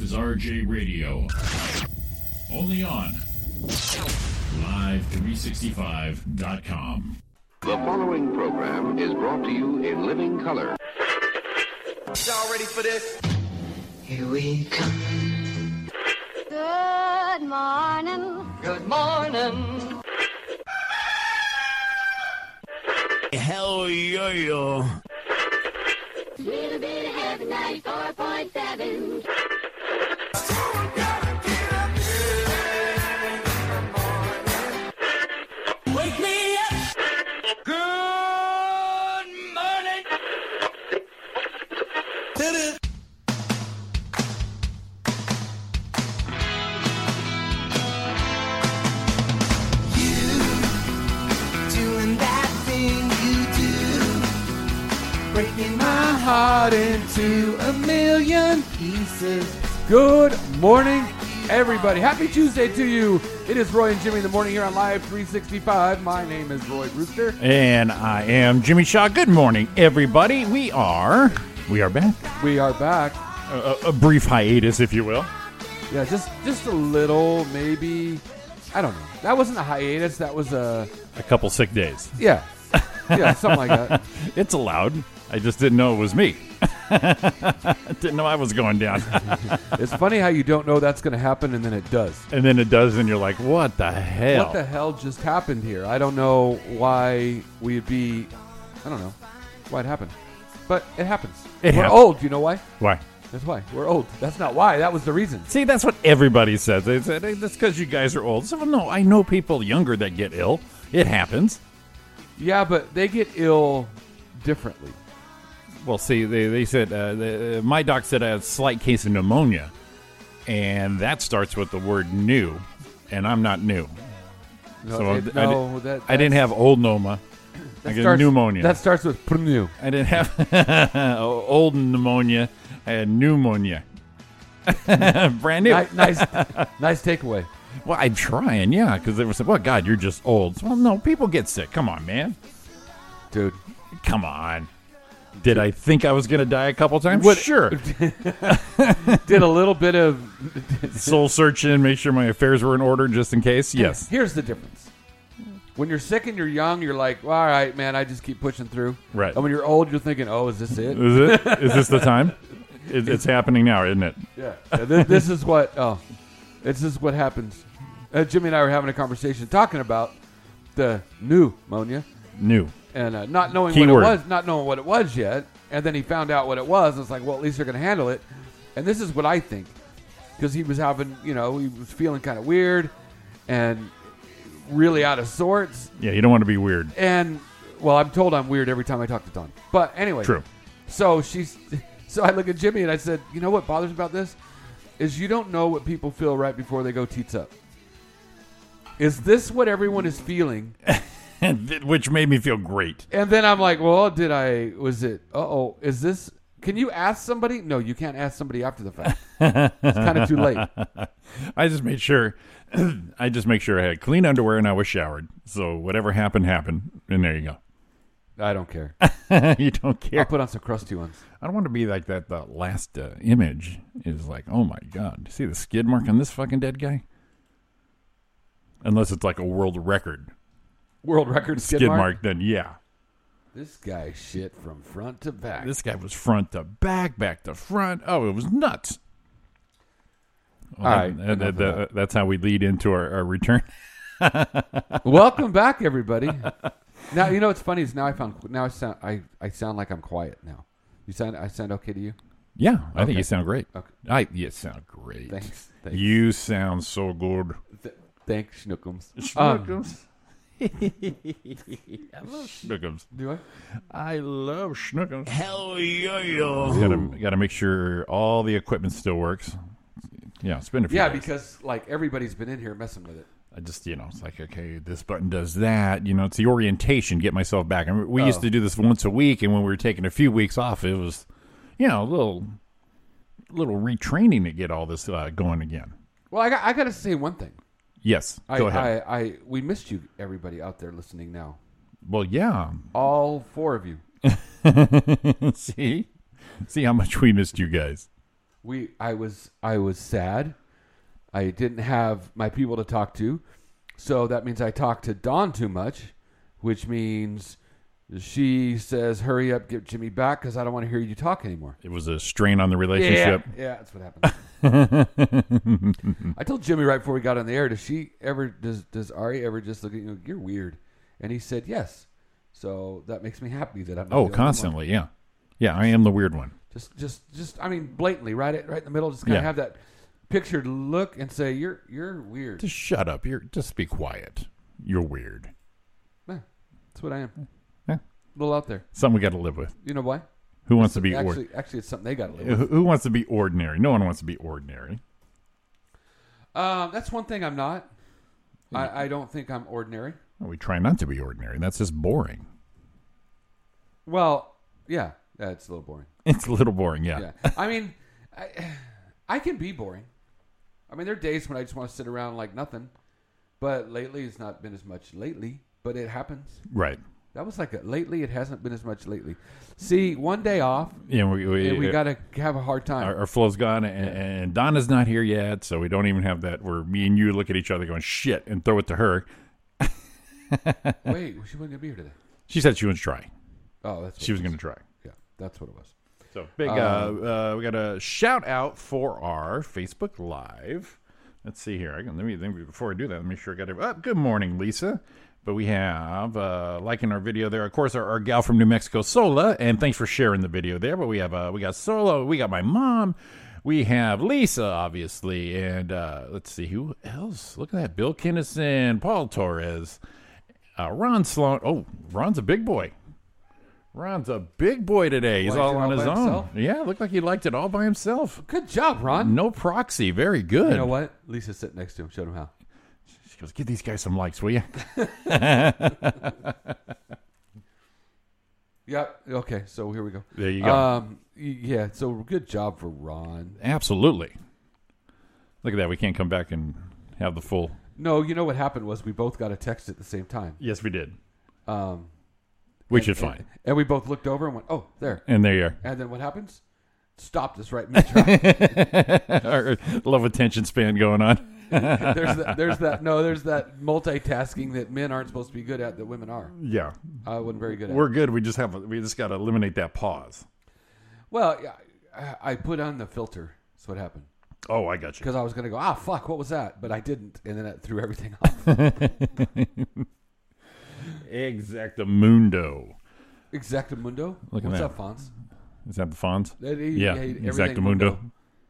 is RJ Radio. Only on live365.com. The following program is brought to you in living color. Y'all ready for this? Here we come. Good morning. Good morning. Hell yo yo. Little bit of heaven, 94.7. Wake me up. Good morning. doing that thing you do. Breaking my heart into a million pieces. Good morning, everybody. Happy Tuesday to you. It is Roy and Jimmy in the morning here on Live 365. My name is Roy Brewster. And I am Jimmy Shaw. Good morning, everybody. We are we are back. We are back. A, a- a brief hiatus, if you will. Yeah, just just a little, maybe. I don't know. That wasn't a hiatus. That was a A couple sick days. yeah, yeah, something like that. It's allowed. I just didn't know it was me. didn't know I was going down. It's funny how you don't know that's going to happen and then it does. and then it does, and you're like, "What the hell?" What the hell just happened here? I don't know why we'd be. I don't know why it happened, but it happens. It We're hap- old. You know why? Why? That's why we're old. That's not why. That was the reason. See, that's what everybody says. They said hey, that's because you guys are old. So no, I know people younger that get ill. It happens. Yeah, but they get ill differently. Well, see, they, they said uh, the, uh, my doc said I had a slight case of pneumonia, and that starts with the word "new," and I'm not new, No, So, it- I di- no, that, I didn't have old pneuma. that I got starts- pneumonia. That starts with pneu. I didn't have old pneumonia. I had pneumonia. Brand new. Ni- nice, nice takeaway. well, I'm trying, yeah, because they were saying, "Well, God, you're just old." Well, no, people get sick. Come on, man. Dude, Come on. Did I think I was gonna die a couple times? Sure. did a little bit of. Soul searching, make sure my affairs were in order, just in case. Yes. Here's the difference. When you're sick and you're young, you're like, "Well, all right, man, I just keep pushing through. Right. And when you're old, you're thinking, oh, is this it? Is it? Is this the time? It, it's happening now, isn't it? Yeah. Yeah, this, this is what. Oh, this is what happens. Uh, Jimmy and I were having a conversation talking about the pneumonia New. and uh, not knowing Keyword. what it was, not knowing what it was yet. And then he found out what it was. And it's like, well, at least they're going to handle it. And this is what I think, because he was having, you know, he was feeling kind of weird and really out of sorts. Yeah, you don't want to be weird. And well, I'm told I'm weird every time I talk to Don. But anyway, True. so she's so I look at Jimmy and I said, "You know what bothers me about this is you don't know what people feel right before they go teats up. Is this what everyone is feeling?" Which made me feel great. And then I'm like, "Well, did I was it? Uh-oh, is this can you ask somebody? No, you can't ask somebody after the fact. it's kind of too late. I just made sure. I just make sure I had clean underwear and I was showered. So whatever happened happened, and there you I don't care. go. you don't I'll care. put on some crusty ones. I don't want to be like that. The last uh, image is like, oh my god, see the skid mark on this fucking dead guy. Unless it's like a world record World record skid, skid mark. mark, then yeah. This guy shit from front to back. This guy was front to back, back to front. Oh, it was nuts. All right, enough uh, of that. that's how we lead into our, our return. Welcome back, everybody. now you know what's funny is now I found now I sound I, I sound like I'm quiet now. You sound I sound okay to you? Yeah, I think you sound great. Okay. I you sound great. Thanks. Thanks. You sound so good. Th- thanks, Schnookums. Um, Schnookums. Do I? I love Schnookums. Hell yo yo. Got to got to make sure all the equipment still works. Yeah, it's been a few. Yeah, days. because like everybody's been in here messing with it. I just you know it's like okay, this button does that. You know, it's the orientation. Get myself back. I mean, we used Oh. to do this once a week, and when we were taking a few weeks off, it was you know a little little retraining to get all this uh, going again. Well, I got I gotta say one thing. Yes, I, go ahead. I, I we missed you, everybody out there listening now. well, yeah. All four of you. see, see how much we missed you guys. we I was I was sad. I didn't have my people to talk to. So that means I talked to Dawn too much, which means she says, "Hurry up, get Jimmy back because I don't want to hear you talk anymore." It was a strain on the relationship. Oh, Yeah, that's what happened. I told Jimmy right before we got on the air, does she ever does does Ari ever just look at you? and go, You're weird, and he said yes. So that makes me happy that I'm. Not the Oh, only one. constantly. Yeah. Yeah. I am the weird one. Just, just, just. I mean, blatantly, right at right in the middle. Just kind of Yeah. have that pictured look and say, "You're, you're weird." Just shut up. You're just be quiet. You're weird. Yeah, that's what I am. Yeah. A little out there. Something we got to live with. You know why? Who wants to be actually, ordinary? actually, it's something they got to live with. Who who wants to be ordinary? No one wants to be ordinary. Um, that's one thing I'm not. I, I don't think I'm ordinary. We try not to be ordinary. That's just boring. Well, yeah, that's a little boring. It's a little boring. Yeah. Yeah, I mean, I, I can be boring. I mean, there are days when I just want to sit around like nothing. But lately, it's not been as much lately. But it happens. Right. That was like a, lately. It hasn't been as much lately. See, one day off, Yeah. We we, and we uh, got to have a hard time. our, our flow's gone, and, and Donna's not here yet, so we don't even have that where me and you look at each other going shit and throw it to her. Wait, she wasn't gonna be here today. She said she would try. Oh, that's what She was it going to try. Yeah, that's what it was. So big. Uh, uh, we got a shout out for our Facebook Live. Let's see here. I can let me let me- before I do that. Let me sure I got it. Oh, good morning, Lisa. But we have uh, liking our video there. Of course, our, our gal from New Mexico, Sola, and thanks for sharing the video there. But we have uh, we got Sola. We got my mom. We have Lisa, obviously, and uh, let's see who else. Look at that: Bill Kinnison, Paul Torres, uh, Ron Sloan. Oh, Ron's a big boy. Ron's a big boy today. He's Liked all it on all his by own. himself? Yeah, looked like he liked it all by himself. Good job, Ron. No proxy. Very good. You know what? Lisa's sitting next to him. Showed him how. She goes, give these guys some likes, will you? Yep. Okay. So here we go. There you go. Um. y- Yeah. So good job for Ron. Absolutely. Look at that. We can't come back and have the full. No, you know what happened was we both got a text at the same time, Yes, we did. Um, Which is fine. and we both looked over and went, "Oh, there." And there you are. And then what happens? Stopped us right mid-track. Our love attention span going on. there's that, there's that. No, there's that multitasking that men aren't supposed to be good at that women are. Yeah, I wasn't very good at. we're good. We just have. We just got to eliminate that pause. Well, yeah, I, I put on the filter. That's what happened. Oh, I got you. Because I was going to go, ah, fuck, what was that? But I didn't. And then that threw everything off. Exactamundo. Exactamundo? Look at What's that. up, Fonz? Is that the Fonz? That he- yeah, he- everything Exactamundo.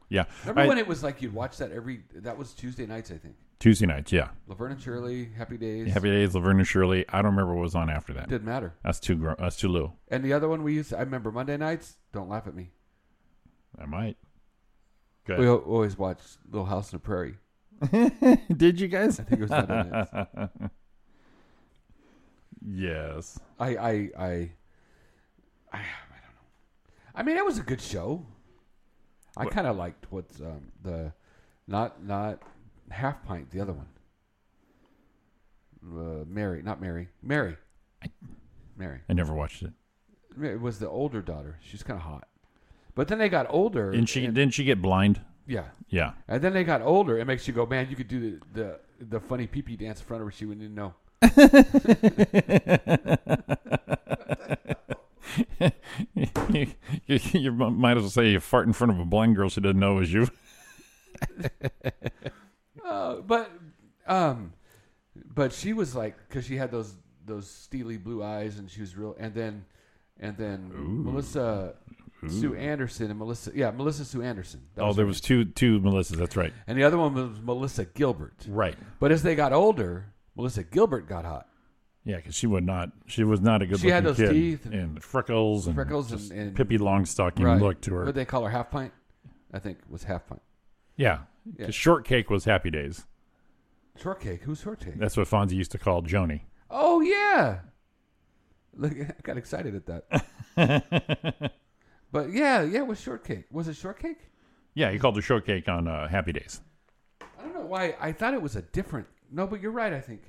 Yeah. Remember I- when it was like you'd watch that every, that was Tuesday nights, I think. Tuesday nights, yeah. Laverne and Shirley, Happy Days. Happy Days, Laverne and Shirley. I don't remember what was on after that. Didn't matter. That's too gro- that's too little. And the other one we used, to, I remember Monday nights, don't laugh at me. I might. Good. We al- always watched Little House on the Prairie. Did you guys? I think it was Monday nights. Yes. I, I, I, I, I don't know. I mean, it was a good show. I kind of liked what's um, the not not half pint. The other one, uh, Mary, not Mary, Mary, Mary. I never watched it. Mary was the older daughter. She's kind of hot, but then they got older. Didn't she didn't she get blind? yeah, Yeah. and then they got older. It makes you go, man. You could do the the, the funny pee pee dance in front of her. She wouldn't even know. you, you, you might as well say you fart in front of a blind girl she doesn't know is you. Uh, but um, but she was like because she had those those steely blue eyes and she was real and then and then Melissa Sue Anderson and Melissa yeah Melissa Sue Anderson That Oh, was there her was name. two two Melissas. That's right. and the other one was Melissa Gilbert Right. but as they got older Melissa Gilbert got hot Yeah, because she would not. She was not a good. She had looking those kid. teeth and- and, freckles and freckles just and- and- pippy longstocking look to her. what they call her half pint I think it was half pint yeah, 'Cause shortcake was happy days. shortcake who's shortcake That's what Fonzie used to call Joni. oh yeah look I got excited at that but yeah yeah it was shortcake was it shortcake Yeah, he called her shortcake on uh, Happy Days. I don't know why I thought it was a different. No, but you're right. I think.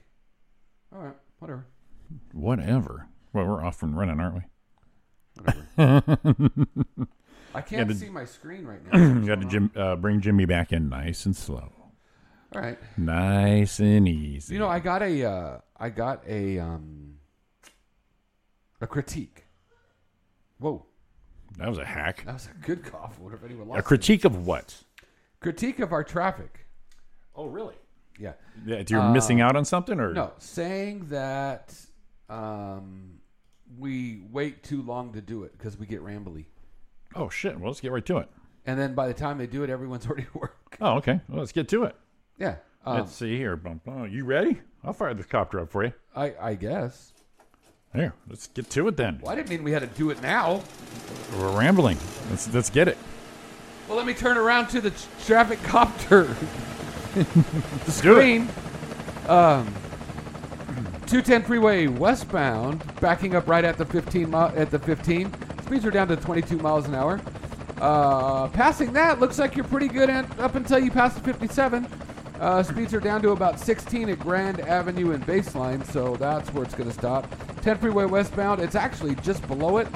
All right, whatever. Whatever. Well, we're off and running, aren't we? I can't Yeah, the- see my screen right now. You got to Jim, uh, bring Jimmy back in nice and slow, All right. nice and easy. You know, I got a, uh, I got a, um, a critique. Whoa, that was a hack. that was a good cough. Wonder if anyone A lost. it. critique of what? critique of our traffic. Oh, really? Yeah. That you're missing out on something, or Uh, No, saying that um, we wait too long to do it because we get rambly, Oh shit! Well, let's get right to it. and then by the time they do it, everyone's already at work. Oh, okay. Well, let's get to it. Yeah, um, let's see here. Bum, bum. You ready? I'll fire this copter up for you. I, I guess. Here, let's get to it then. Well, I didn't mean we had to do it now. We're rambling. Let's let's get it. Well, let me turn around to the tr- traffic copter. The Green. Um, 210 freeway westbound, backing up right at the 15 mi- at the 15. Speeds are down to 22 miles an hour. Uh, passing that looks like you're pretty good at, up until you pass the 57. Uh, speeds are down to about 16 at Grand Avenue and Baseline, so that's where it's going to stop. 10 freeway westbound, it's actually just below it,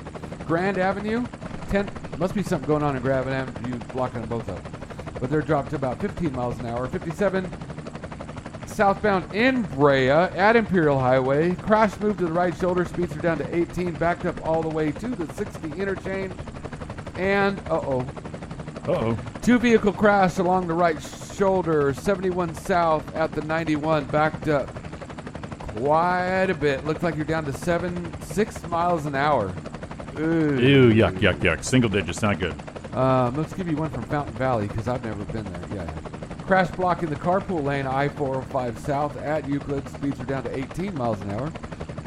Grand Avenue. 10 must be something going on in Grand Avenue, blocking them both up. But they're dropped to about 15 miles an hour. 57 southbound in Brea at Imperial Highway. Crash move to the right shoulder. Speeds are down to 18. Backed up all the way to the 60 interchange. And, uh oh, Oh, two vehicle crash along the right shoulder. 71 south at the 91. Backed up quite a bit. Looks like you're down to seven, six miles an hour. Ooh. ew, yuck, yuck, yuck. Single digits, not good. Um, let's give you one from Fountain Valley because I've never been there. Yeah. Crash block in the carpool lane, I 405 south at Euclid. Speeds are down to 18 miles an hour.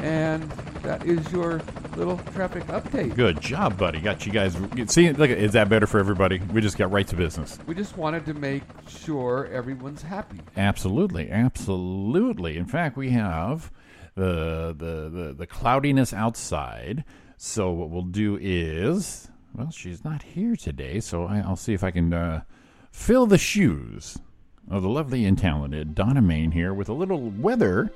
And that is your little traffic update. Good job, buddy. Got you guys. See, look, is that better for everybody? We just got right to business. We just wanted to make sure everyone's happy. Absolutely, absolutely. In fact, we have the the the, the cloudiness outside. So what we'll do is, well, she's not here today, so I, I'll see if I can uh, fill the shoes of the lovely and talented Donna Main here with a little weather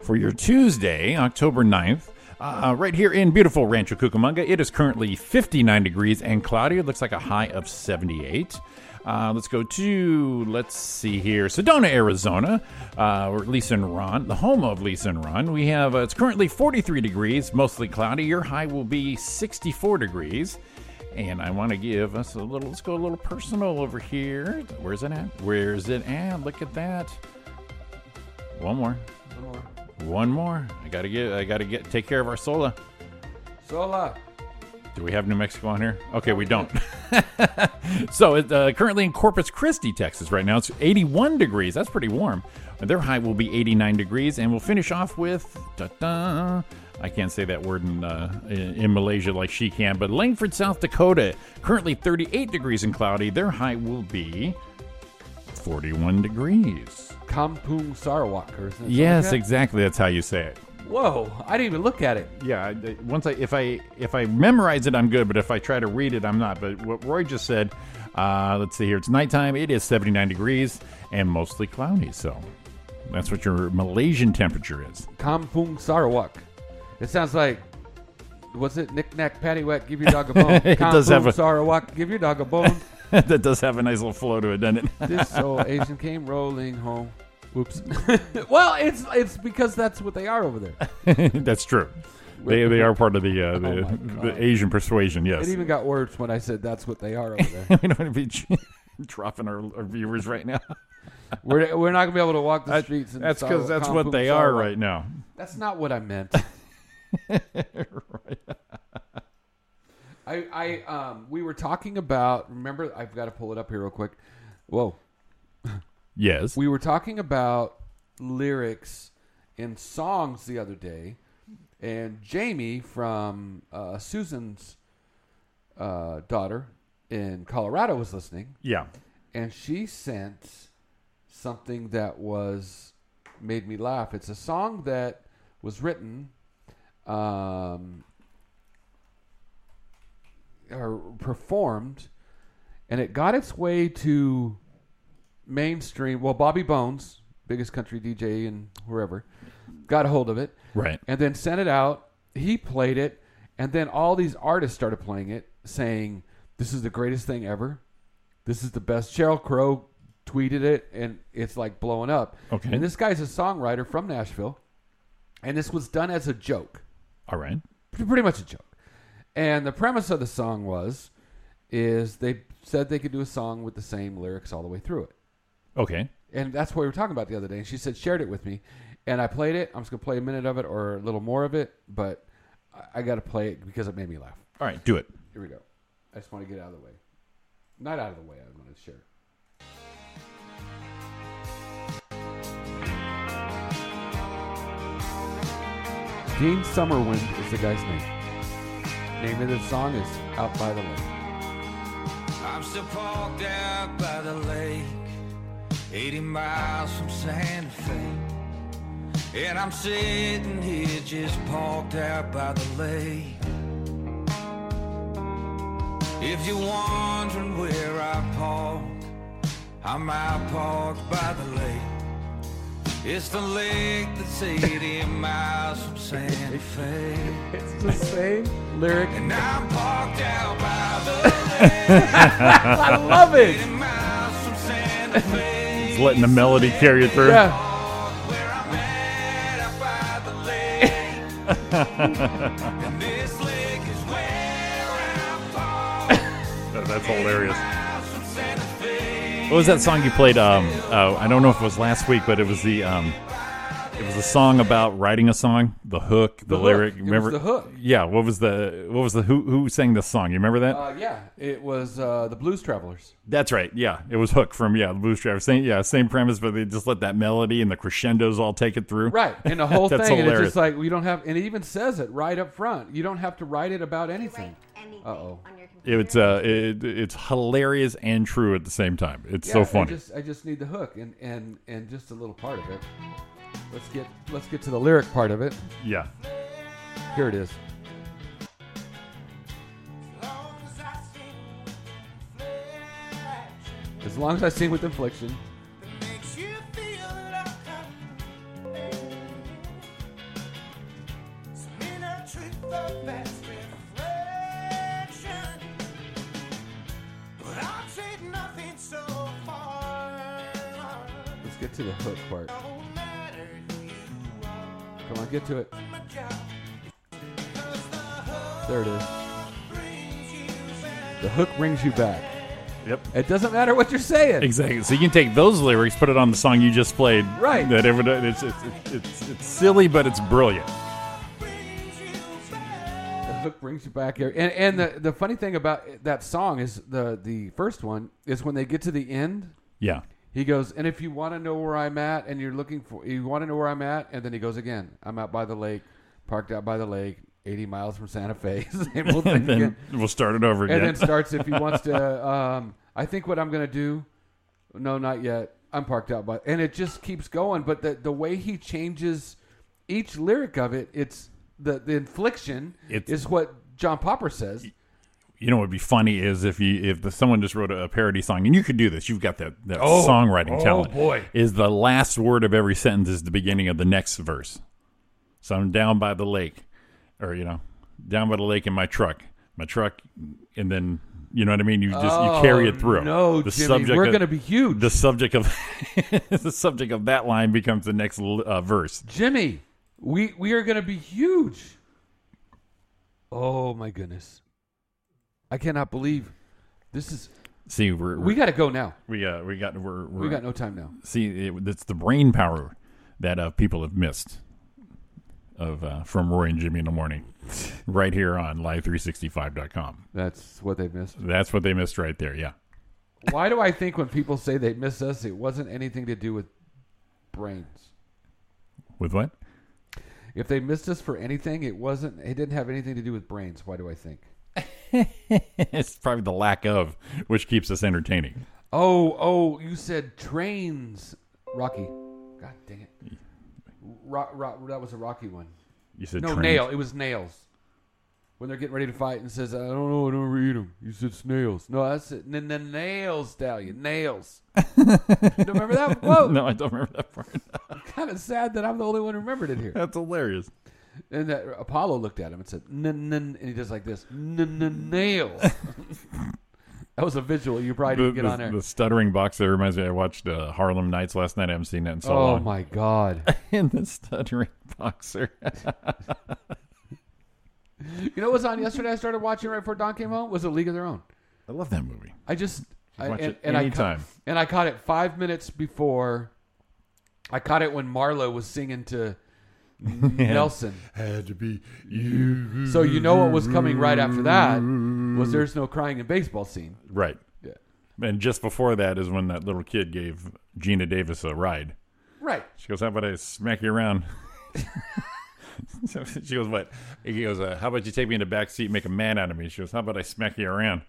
for your Tuesday, October 9th. Uh, right here in beautiful Rancho Cucamonga, it is currently 59 degrees and cloudy. It looks like a high of 78. Uh, let's go to, let's see here, Sedona, Arizona, uh, or Lisa and Ron, the home of Lisa and Ron. We have, uh, it's currently 43 degrees, mostly cloudy. Your high will be 64 degrees. And I want to give us a little, let's go a little personal over here. Where's it at? Where's it at? Look at that. One more. One more. I gotta get. I gotta get. Take care of our sola. Sola. Do we have New Mexico on here? Okay, we don't. so it, uh, currently in Corpus Christi, Texas, right now it's 81 degrees. That's pretty warm. Their high will be 89 degrees, and we'll finish off with. Da-da, I can't say that word in, uh, in in Malaysia like she can, but Langford, South Dakota, currently 38 degrees and cloudy. Their high will be 41 degrees. Kampung Sarawak. Or something Yes, Like exactly. That's how you say it. that? Whoa. I didn't even look at it. yeah I- I- once i if i if i memorize it i'm good but if i try to read it i'm not but what roy just said uh, let's see here it's nighttime it is 79 degrees and mostly cloudy so that's what your malaysian temperature is Kampung Sarawak. It sounds like. What's it? Knick knack paddywhack. Give your dog a bone. It does Kampung have a- Sarawak. Give your dog a bone. that does have a nice little flow to it doesn't it this old Asian came rolling home. Whoops. well, it's it's because that's what they are over there. that's true they, they are part of the uh, the, Oh my the asian persuasion yes It even got worse when I said that's what they are over there. we don't want to be dropping our, our viewers right now we're, we're not gonna be able to walk the That- streets. in that's because Sarawak- that's what Kampung, they are Sarawak. right now That's not what I meant. I I um we were talking about. Remember, I've got to pull it up here real quick. Whoa, yes we were talking about lyrics in songs the other day, and Jamie from uh, Susan's uh, daughter in Colorado was listening, yeah and she sent something that was made me laugh. It's a song that was written, um, or performed, and it got its way to mainstream. Well, Bobby Bones, biggest country DJ and wherever, got a hold of it, right and then sent it out. He played it, and then all these artists started playing it, saying This is the greatest thing ever. This is the best. Cheryl Crow tweeted it, and it's like blowing up. Okay. And this guy's a songwriter from Nashville, and this was done as a joke All right. p- pretty much a joke. And the premise of the song was, is they said they could do a song with the same lyrics all the way through it. Okay. And that's what we were talking about the other day. And she said, shared it with me. And I played it. I'm just going to play a minute of it or a little more of it. But I- I got to play it because it made me laugh. All right. Do it. Here we go. I just want to get out of the way. Not out of the way, I want to share. Dean Summerwind is the guy's name. Name of the song is Out by the Lake. I'm still parked out by the lake, 80 miles from Santa Fe. And I'm sitting here just parked out by the lake. If you're wondering where I park, I'm out parked by the lake. It's the lake that's 80 miles from Santa Fe. It's the same lyric. And I'm parked out by the lake. I love it. miles from Santa Fe. Just letting the melody carry it through. Yeah. Where I'm at, up by the lake. and this lake is where I'm parked. That- that's hilarious. miles from Santa Fe. What was that song you played? Um, oh, I don't know if it was last week, but it was the um, it was a song about writing a song. The hook, the, hook. lyric. It was Remember the hook. Yeah. What was the what was the who who sang this song? You remember that? Uh, yeah, it was uh, the Blues Travelers. That's right. Yeah, it was Hook from yeah the Blues Traveler. Same yeah same premise, but they just let that melody and the crescendos all take it through. Right, and the whole thing, That's and it's hilarious. just like we don't have, and it even says it right up front. You don't have to write it about anything. Uh oh, it's uh it, it's hilarious and true at the same time. It's so funny. I just, I just need the hook and and and just a little part of it. Let's get let's get to the lyric part of it. yeah. Here it is. As long as I sing with infliction, let's get to the hook part. Come on, get to it. There it is. The hook brings you back. Yep. It doesn't matter what you're saying. Exactly. So you can take those lyrics, put it on the song you just played. Right. That everybody, it's, it's, it's, it's, it's silly, but it's brilliant. The hook brings you back here. And and the, the funny thing about that song is the the first one is when they get to the end, Yeah. he goes, and if you want to know where I'm at, and you're looking for, you want to know where I'm at, and then he goes again. I'm out by the lake, parked out by the lake, 80 miles from Santa Fe. Same old thing And then again. we'll start it over and again. then starts if he wants to. Um, I think what I'm gonna do. No, not yet. I'm parked out, by and it just keeps going. But the the way he changes each lyric of it, it's the the infliction It's- is what John Popper says. you know what would be funny is if you if the, someone just wrote a, a parody song and you could do this you've got that, that songwriting Oh, talent boy. is the last word of every sentence is the beginning of the next verse so i'm down by the lake or you know down by the lake in my truck my truck and then you know what i mean you just you carry it through Oh, no, the Jimmy, we're of- gonna be huge. the subject of the subject of that line becomes the next uh, verse Jimmy, we we are gonna be huge. Oh my goodness, I cannot believe this is. see we're, We got to go now. we uh, we got we're, we're We got no time now. see it, it's the brain power that uh, people have missed of uh, from Roy and Jimmy in the morning right here on live365.com That's what they missed. that's what they missed right there yeah Why do I think when people say they miss us, it wasn't anything to do with brains? with what If they missed us for anything, it wasn't. It didn't have anything to do with brains. Why do I think? it's probably the lack of which keeps us entertaining Oh, oh, you said trains, Rocky. God dang it! Ro- ro- that was a Rocky one. you said No trains. nail. It was nails. When they're getting ready to fight and says, "I don't know, I don't read them." You said snails. No, that's it. N- n- nails, stallion, nails. you don't remember that? Whoa! no I don't remember that part Kind of sad that I'm the only one who remembered it here. that's hilarious And that Apollo looked at him and said, "Nun, nun," and he does like this, "Nun, nun, nails." That was a visual you probably The, didn't get the- on Oh there. the stuttering box that reminds me, I watched uh, Harlem Nights last night. I haven't seen that in so oh long. my god! And the stuttering boxer. You know what was on yesterday? I started watching right before Don came home. Was a League of Their Own. I love that movie. I just I, Watch and, it and I ca- anytime. and I caught it five minutes before. I caught it when Marlo was singing to Nelson. Had to be you. So you know what was coming right after that was there's no crying in baseball scene. Right. Yeah. And just before that is when that little kid gave Gina Davis a ride. Right. She goes, "How about I smack you around?" so she goes, "What?" He goes, uh, "How about you take me in the back seat, and make a man out of me?" She goes, "How about I smack you around?"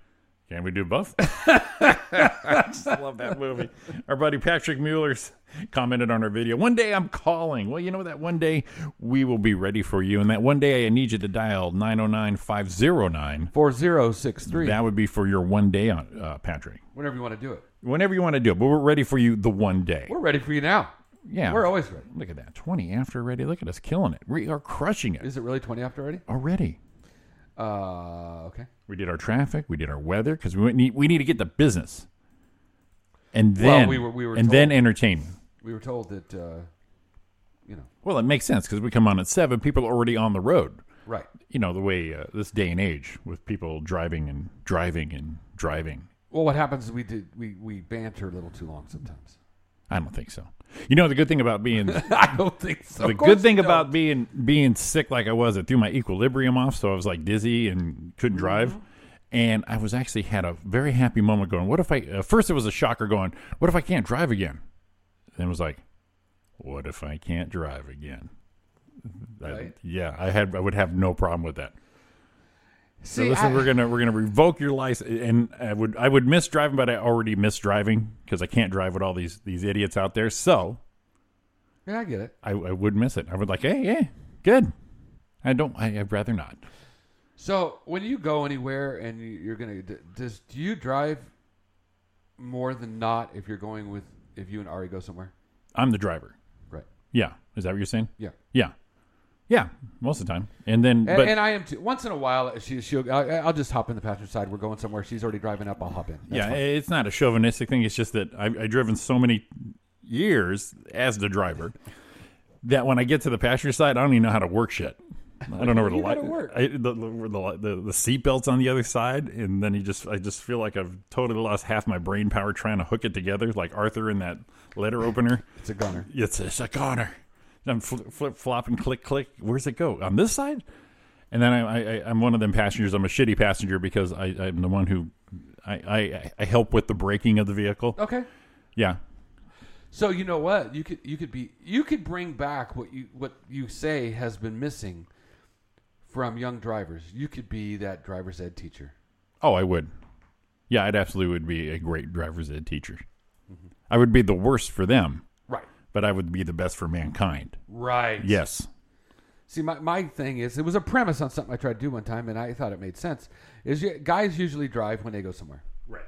Can we do both? I just love that movie. Our buddy Patrick Mueller's commented on our video. One day I'm calling. Well, you know that one day we will be ready for you, and that one day I need you to dial 909-509. Four zero six three. That would be for your one day, on uh, Patrick. Whenever you want to do it, Whenever you want to do it, but we're ready for you the one day. we're ready for you now. Yeah. We're always ready. Look at that. 20 after already. Look at us killing it. We are crushing it Is it really twenty after already? already. Uh, okay. We did our traffic. We did our weather because we need, we need to get the business. And then we were- we were and then told. entertainment. We were told that. Uh, you know. Well, it makes sense because we come on at seven. People are already on the road. Right. You know the way uh, this day and age with people driving and driving and driving. Well, what happens is we did we we banter a little too long sometimes. I don't think so. You know the good thing about being I don't think so. the Of course good thing you don't. about being being sick like I was, it threw my equilibrium off, so I was like dizzy and couldn't Mm-hmm. drive. And I was actually had a very happy moment going, "What if I?" Uh, first, it was a shocker going, "What if I can't drive again?" Then it was like, "What if I can't drive again?" I- Right. yeah, I had I would have no problem with that. So See, listen, I- we're gonna we're gonna revoke your license, and I would I would miss driving, but I already miss driving because I can't drive with all these these idiots out there. So yeah, I get it. I, I would miss it. I would like, hey, yeah, good. I don't. I, I'd rather not. So when you go anywhere and you- you're gonna d- does do you drive more than not if you're going with if you and Ari go somewhere? I'm the driver. Right. Yeah. Is that what you're saying? Yeah. Yeah. Yeah. Most of the time. And then, And, but and I am too. Once in a while, uh, she she'll I, I'll just hop in the passenger side. We're going somewhere. She's already driving up. I'll hop in. That's yeah, fine. it's not a chauvinistic thing. It's just that I've, I've driven so many years as the driver that when I get to the passenger side, I don't even know how to work shit. I don't know where the You gotta light, work. I, the, the, where the, li- the the seatbelts on the other side, and then you just I just feel like I've totally lost half my brain power trying to hook it together, like Arthur in that letter opener. it's a gunner. It's, it's a corner. And I'm fl- flip flopping, click click. Where's it go? On this side? And then I, I, I- I'm one of them passengers. I'm a shitty passenger because I, I'm the one who I, I, I help with the braking of the vehicle. Okay. Yeah, So you know what? You could you could be you could bring back what you what you say has been missing from young drivers. You could be that driver's ed teacher. Oh, I would. Yeah, I'd absolutely would be a great driver's ed teacher. I would be the worst for them, Right. but I would be the best for mankind. Right. Yes. See, my, my thing is, it was a premise on something I tried to do one time, and I thought it made sense. Is you, guys usually drive when they go somewhere, right?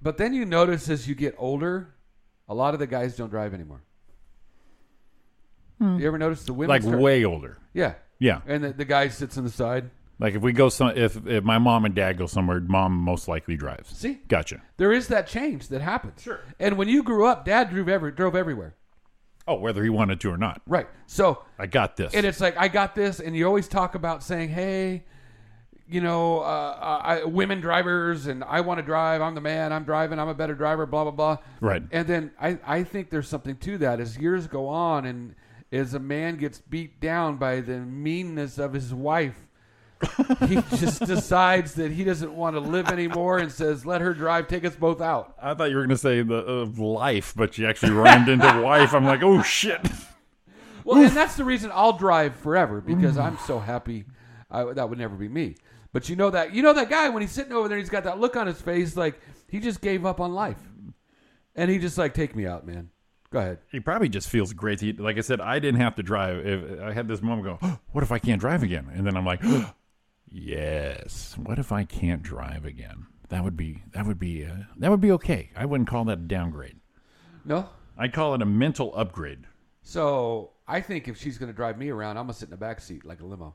But then you notice as you get older, a lot of the guys don't drive anymore. You ever notice the women Like start- way older. yeah, Yeah. and the, the guy sits on the side. Like if we go some if if my mom and dad go somewhere, mom most likely drives. See? Gotcha. There is that change that happens. Sure. And when you grew up, Dad drove every drove everywhere, Oh, whether he wanted to or not. right? So I got this. and it's like I got this, and you always talk about saying, "Hey, you know, uh, I, women drivers, and I want to drive. I'm the man. I'm driving. I'm a better driver. Blah blah blah." Right. And then I I think there's something to that as years go on, and as a man gets beat down by the meanness of his wife. he just decides that he doesn't want to live anymore and says, "Let her drive, take us both out." I thought you were going to say the uh, life, but you actually rhymed into wife. I'm like, oh shit. Well, and that's the reason I'll drive forever because I'm so happy. I, that would never be me. But you know that you know that guy when he's sitting over there, he's got that look on his face like he just gave up on life, and he just like take me out, man. Go ahead. He probably just feels great. He, like I said, I didn't have to drive. If I had this moment go, "Oh, what if I can't drive again? And then I'm like, "Oh, yes. What if I can't drive again? That would be that would be uh, that would be okay. I wouldn't call that a downgrade. No. I'd call it a mental upgrade. So I think if she's gonna drive me around, I'm gonna sit in the back seat like a limo.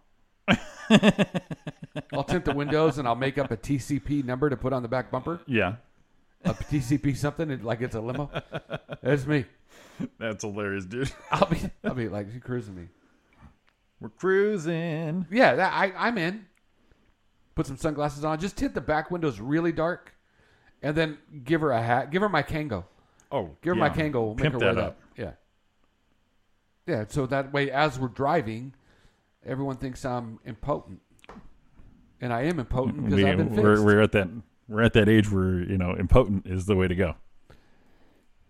I'll tint the windows and I'll make up a TCP number to put on the back bumper. Yeah, A TCP something it- like it's a limo. That's me. that's hilarious, dude. I'll be I'll be like you cruising me. We're cruising. Yeah, that, I I'm in. Put some sunglasses on. Just tint the back windows really dark, and then give her a hat. Give her my Kango. Oh, Give her my Kango. We'll make Pimp her that wear up. that. Yeah. Yeah. So that way, as we're driving, everyone thinks I'm impotent, and I am impotent because We, I've been fixed. Mm-hmm. we're, we're at that we're at that age where you know impotent is the way to go.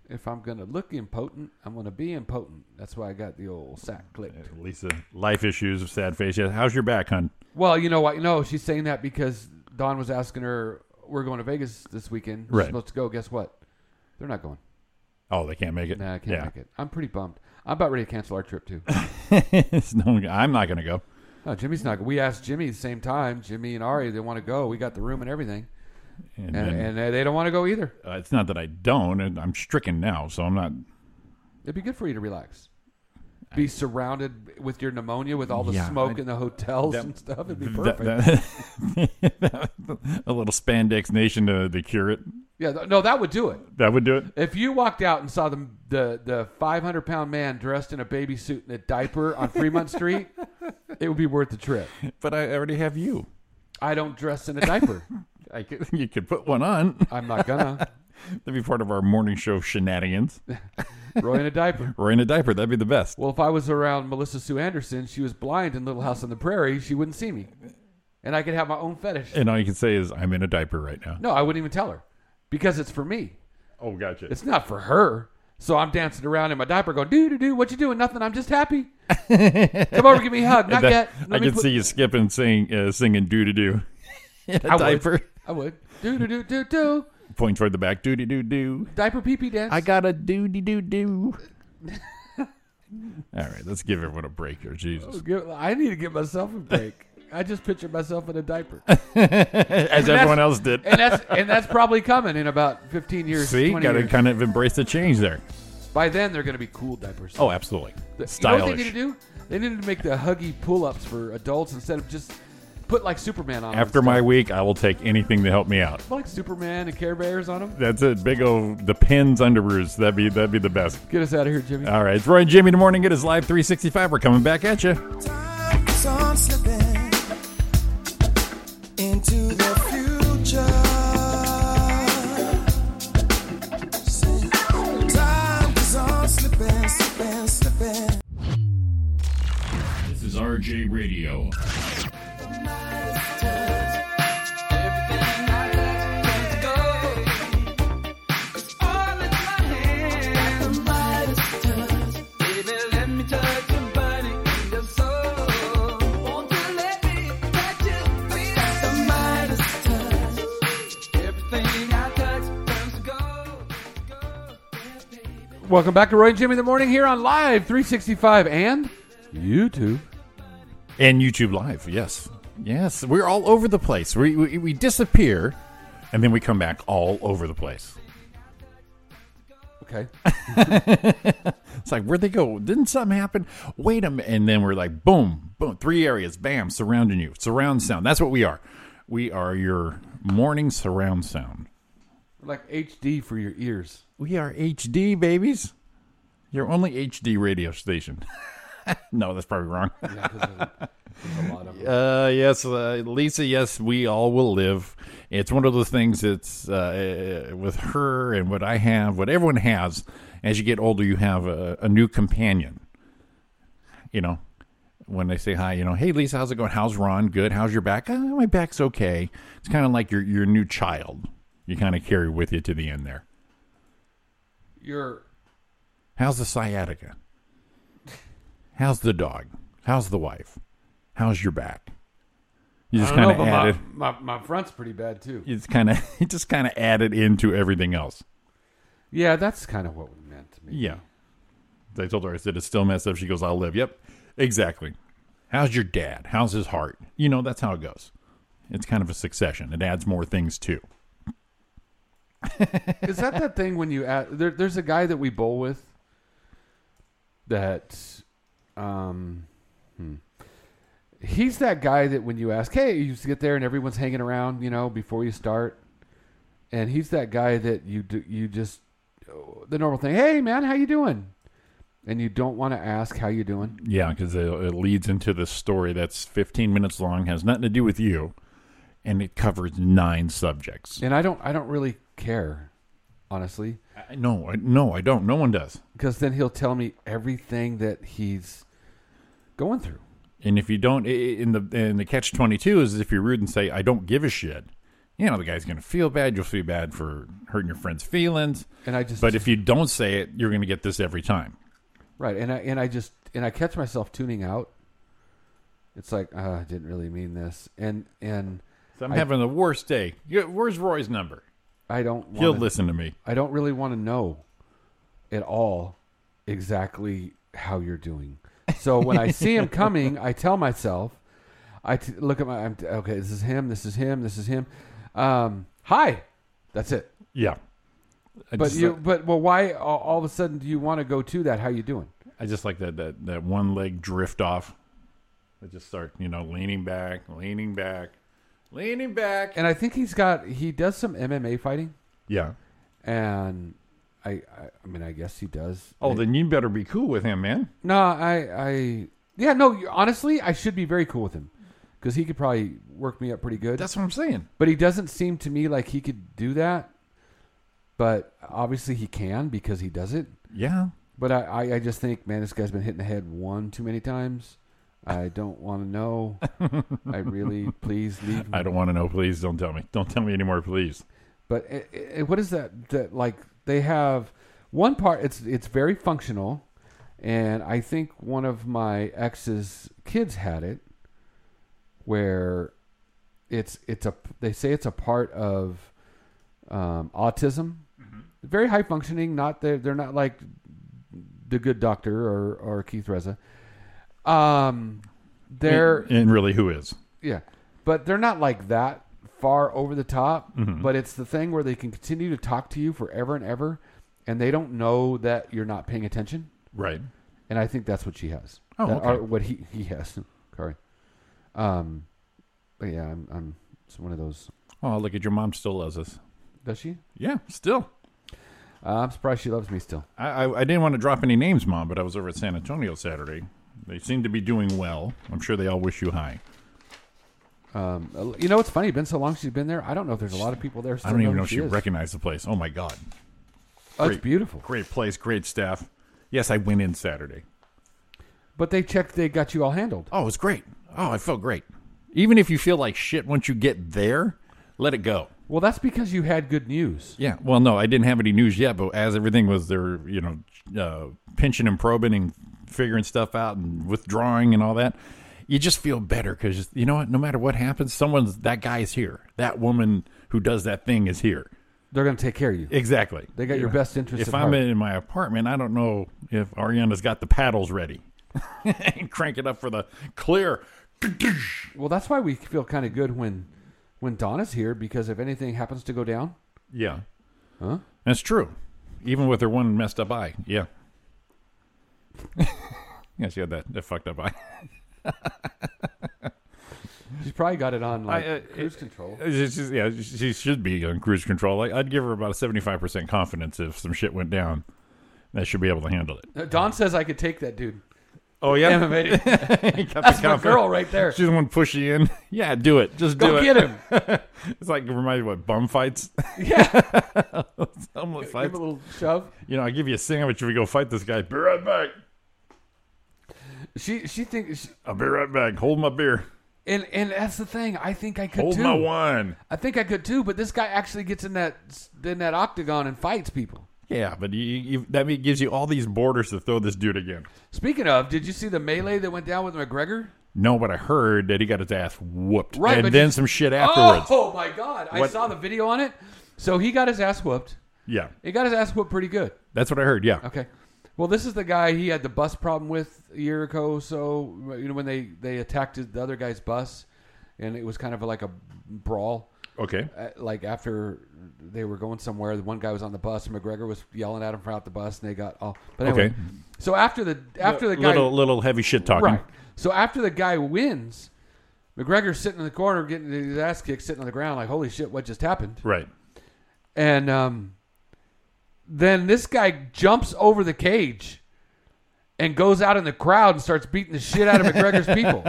If I'm gonna look impotent, I'm gonna be impotent. That's why I got the old sack clipped. Lisa, life issues, sad face. Yeah, how's your back, hun? Well, you know what? No, she's saying that because Don was asking her, "We're going to Vegas this weekend. We're Right. supposed to go. Guess what? They're not going. Oh, they can't make it. Nah, I can't make it. I'm pretty bummed. I'm about ready to cancel our trip too. It's no one- I'm not going to go. no, Jimmy's not. We asked Jimmy the same time. Jimmy and Ari, they want to go. We got the room and everything, And, and, then, and they- they don't want to go either. uh, it's not that I don't. and I'm stricken now, so I'm not. It'd be good for you to relax. Be surrounded with your pneumonia, with all the Yeah, smoke I- in the hotels that- and stuff. It'd be that- perfect. that- a little spandex nation to, to cure it. yeah, th- no, that would do it. That would do it. If you walked out and saw the the the 500 pound man dressed in a baby suit and a diaper on Fremont Street, it would be worth the trip. But I already have you. I don't dress in a diaper. I could, you could put one on. I'm not gonna. That'd be part of our morning show shenanigans. Roy in a diaper. Or in a diaper. That'd be the best. Well, if I was around Melissa Sue Anderson, she was blind in Little House on the Prairie, she wouldn't see me, and I could have my own fetish. And all you can say is, I'm in a diaper right now. No, I wouldn't even tell her because it's for me. Oh, gotcha. It's not for her. So I'm dancing around in my diaper, going doo doo doo. What you doing? Nothing. I'm just happy. Come over, give me a hug. Not That- yet. I me can put- see you skipping, sing, uh, singing doo doo doo. In a I would. diaper. I would doo doo doo doo doo. Point toward the back. Doo doo doo doo. diaper pee pee dance. got a doo doo doo doo. All right, let's give everyone a break here. Jesus. Give- I need to give myself a break. I just pictured myself in a diaper, As everyone else did. and that's and that's probably coming in about fifteen years. See, 20 got to years. kind of embrace the change there. By then, they're going to be cool diapers. Oh, absolutely. The- You know what they Stylish. need to do? They need to make the huggy pull-ups for adults instead of just put like Superman on. 'em and After my stuff. week, I will take anything to help me out. Put, like Superman and Care Bears on them. That's it. Big O, the pins underoos. That'd be that'd be the best. Get us out of here, Jimmy. All right, it's Roy and Jimmy in the morning. It is live 365. We're coming back at you. Time keeps on slipping into the future. Time keeps on slipping, slipping, slipping. This is RJ Radio. Welcome back to Roy and Jimmy in the morning here on Live 365 and YouTube. And YouTube Live, yes. Yes, we're all over the place. We, we, we disappear, and then we come back all over the place. Okay. It's like, where'd they go? Didn't something happen? Wait a minute. And then we're like, boom, boom, three areas, bam, surrounding you. Surround sound. That's what we are. We are your morning surround sound. like HD for your ears. We are HD, babies. Your only HD radio station. no, that's probably wrong. Uh, yes, uh, Lisa. Yes, we all will live. It's one of those things. It's uh, uh, with her and what I have, what everyone has. As you get older, you have a, a new companion. You know, when they say hi, you know, hey Lisa, how's it going? How's Ron? Good. How's your back? "Ah, my back's okay. It's kind of like your your new child. You kind of carry with you to the end there. Your How's the sciatica? How's the dog? How's the wife? How's your back? You I just don't know, kind of but add my, it. my my front's pretty bad too. It's kind of it just kind of added into everything else. Yeah, that's kind of what we meant to me. Yeah. I told her I said it's still messed up. She goes, "I'll live." Yep, exactly. How's your dad? How's his heart? You know, that's how it goes. It's kind of a succession. It adds more things too. Is that that thing when you add, there, there's a guy that we bowl with that um hmm, he's that guy that when you ask, hey, you get there and everyone's hanging around, you know, before you start, and he's that guy that you do, you just the normal thing, hey man, how you doing? And you don't want to ask how you doing. Yeah, because it, it leads into this story that's 15 minutes long, has nothing to do with you, and it covers nine subjects. And I don't, I don't really care, honestly. I, no, I, no, I don't. No one does. Because then he'll tell me everything that he's going through. And if you don't, i- i- in the in the catch 22 is if you're rude and say I don't give a shit, you know the guy's gonna feel bad. You'll feel bad for hurting your friend's feelings. And I just- but if you don't say it, you're gonna get this every time. Right, and I and I just and I catch myself tuning out. It's like uh, I didn't really mean this, and and So I'm I- having the worst day. You- Where's Roy's number? I don't. Wanna, He'll listen to me. I don't really want to know at all exactly how you're doing. So when I see him coming, I tell myself, I t- look at my. I'm, okay, this is him. This is him. This is him. Um, hi, that's it. Yeah. I But just you, like- but well, why all, all of a sudden do you want to go to that? How you doing? I just like that that that one leg drift off. I just start, you know, leaning back, leaning back, leaning back. And I think he's got he does some MMA fighting. Yeah. and I, I, I mean, I guess he does. Oh, I- then you better be cool with him, man. no, I, I, yeah, no. you- Honestly, I should be very cool with him because he could probably work me up pretty good. That's what I'm saying. but he doesn't seem to me like he could do that. But obviously, he can because he does it. Yeah. But I, I, I just think, man, this guy's been hitting the head one too many times. I don't want to know. I really, please leave. Me. I don't want to know. Please don't tell me. Don't tell me anymore, please. But it, it, what is that? That like they have one part. It's it's very functional, and I think one of my ex's kids had it, where it's it's a they say it's a part of um, autism. Very high functioning. Not they they're not like the good doctor or or Keith Reza. Um, they're And, and really, who is? yeah, but they're not like that far over the top. Mm-hmm. But it's the thing where they can continue to talk to you forever and ever, and they don't know that you're not paying attention. Right. And I think that's what she has. Oh, That- okay. or what he he has. Sorry. Um, but yeah, I'm I'm it's one of those. Oh, look at your mom still loves us. Does she? Yeah, still. Uh, I'm surprised she loves me still. I, I, I didn't want to drop any names, mom, but I was over at San Antonio Saturday. They seem to be doing well. I'm sure they all wish you hi. Um, you know it's funny. Been so long she's been there. I don't know if there's a lot of people there. Still I don't even who know if she is. recognized the place. Oh my god, Oh, it's Great. beautiful. great place, great staff. Yes, I went in Saturday. But they checked. They got you all handled. Oh, it was great. Oh, I felt great. Even if you feel like shit once you get there, let it go. Well, that's because you had good news. Yeah. Well, no, I didn't have any news yet, but as everything was, there, you know, uh, pinching and probing and figuring stuff out and withdrawing and all that. You just feel better because you know what? No matter what happens, someone's that guy is here. That woman who does that thing is here. They're going to take care of you. Exactly. They got your Yeah. best interest If at I'm heart. in my apartment, I don't know if Ariana's got the paddles ready. Crank it up for the clear. Well, that's why we feel kind of good when when Donna's here because if anything happens to go down, Yeah. Huh? That's true. Even with her one messed up eye. Yeah. yeah, she had that, that fucked up eye. she's probably got it on like I, uh, cruise control. She's- she's- yeah, she should be on cruise control. Like, I'd give her about a 75% confidence if some shit went down. That should be able to handle it. Uh, Don says I could take that dude. Oh, yeah? Animated. That's my girl right there. She's the one push you in. Yeah, do it. Just do Go it. get him. It's like reminds me what bum fights. Yeah. Omelet Give him fights. a little shove. You know, I give you a sandwich if you go fight this guy. Be right back. She she thinks she- I'll be right back. Hold my beer. and and that's the thing. I think I could Hold too. my wine. I think I could too, but this guy actually gets in that in that octagon and fights people. Yeah, but you, you, that mean- gives you all these borders to throw this dude again. Speaking of, did you see the melee that went down with McGregor? No, but I heard that he got his ass whooped. Right, and but then you- some shit afterwards. Oh, oh my god. I What- saw the video on it. So he got his ass whooped. Yeah, He got his ass whooped pretty good. that's what I heard. Yeah. Okay. Well, this is the guy he had the bus problem with a year ago. So you know when they they attacked the other guy's bus, and it was kind of like a brawl. Okay. uh, like after they were going somewhere, the one guy was on the bus, and McGregor was yelling at him from out the bus, and they got all. But anyway, Okay. so after the after the guy little little heavy shit talking. right, so after the guy wins, McGregor's sitting in the corner getting his ass kicked, sitting on the ground, like holy shit, what just happened? Right. And um, then this guy jumps over the cage and goes out in the crowd and starts beating the shit out of McGregor's people.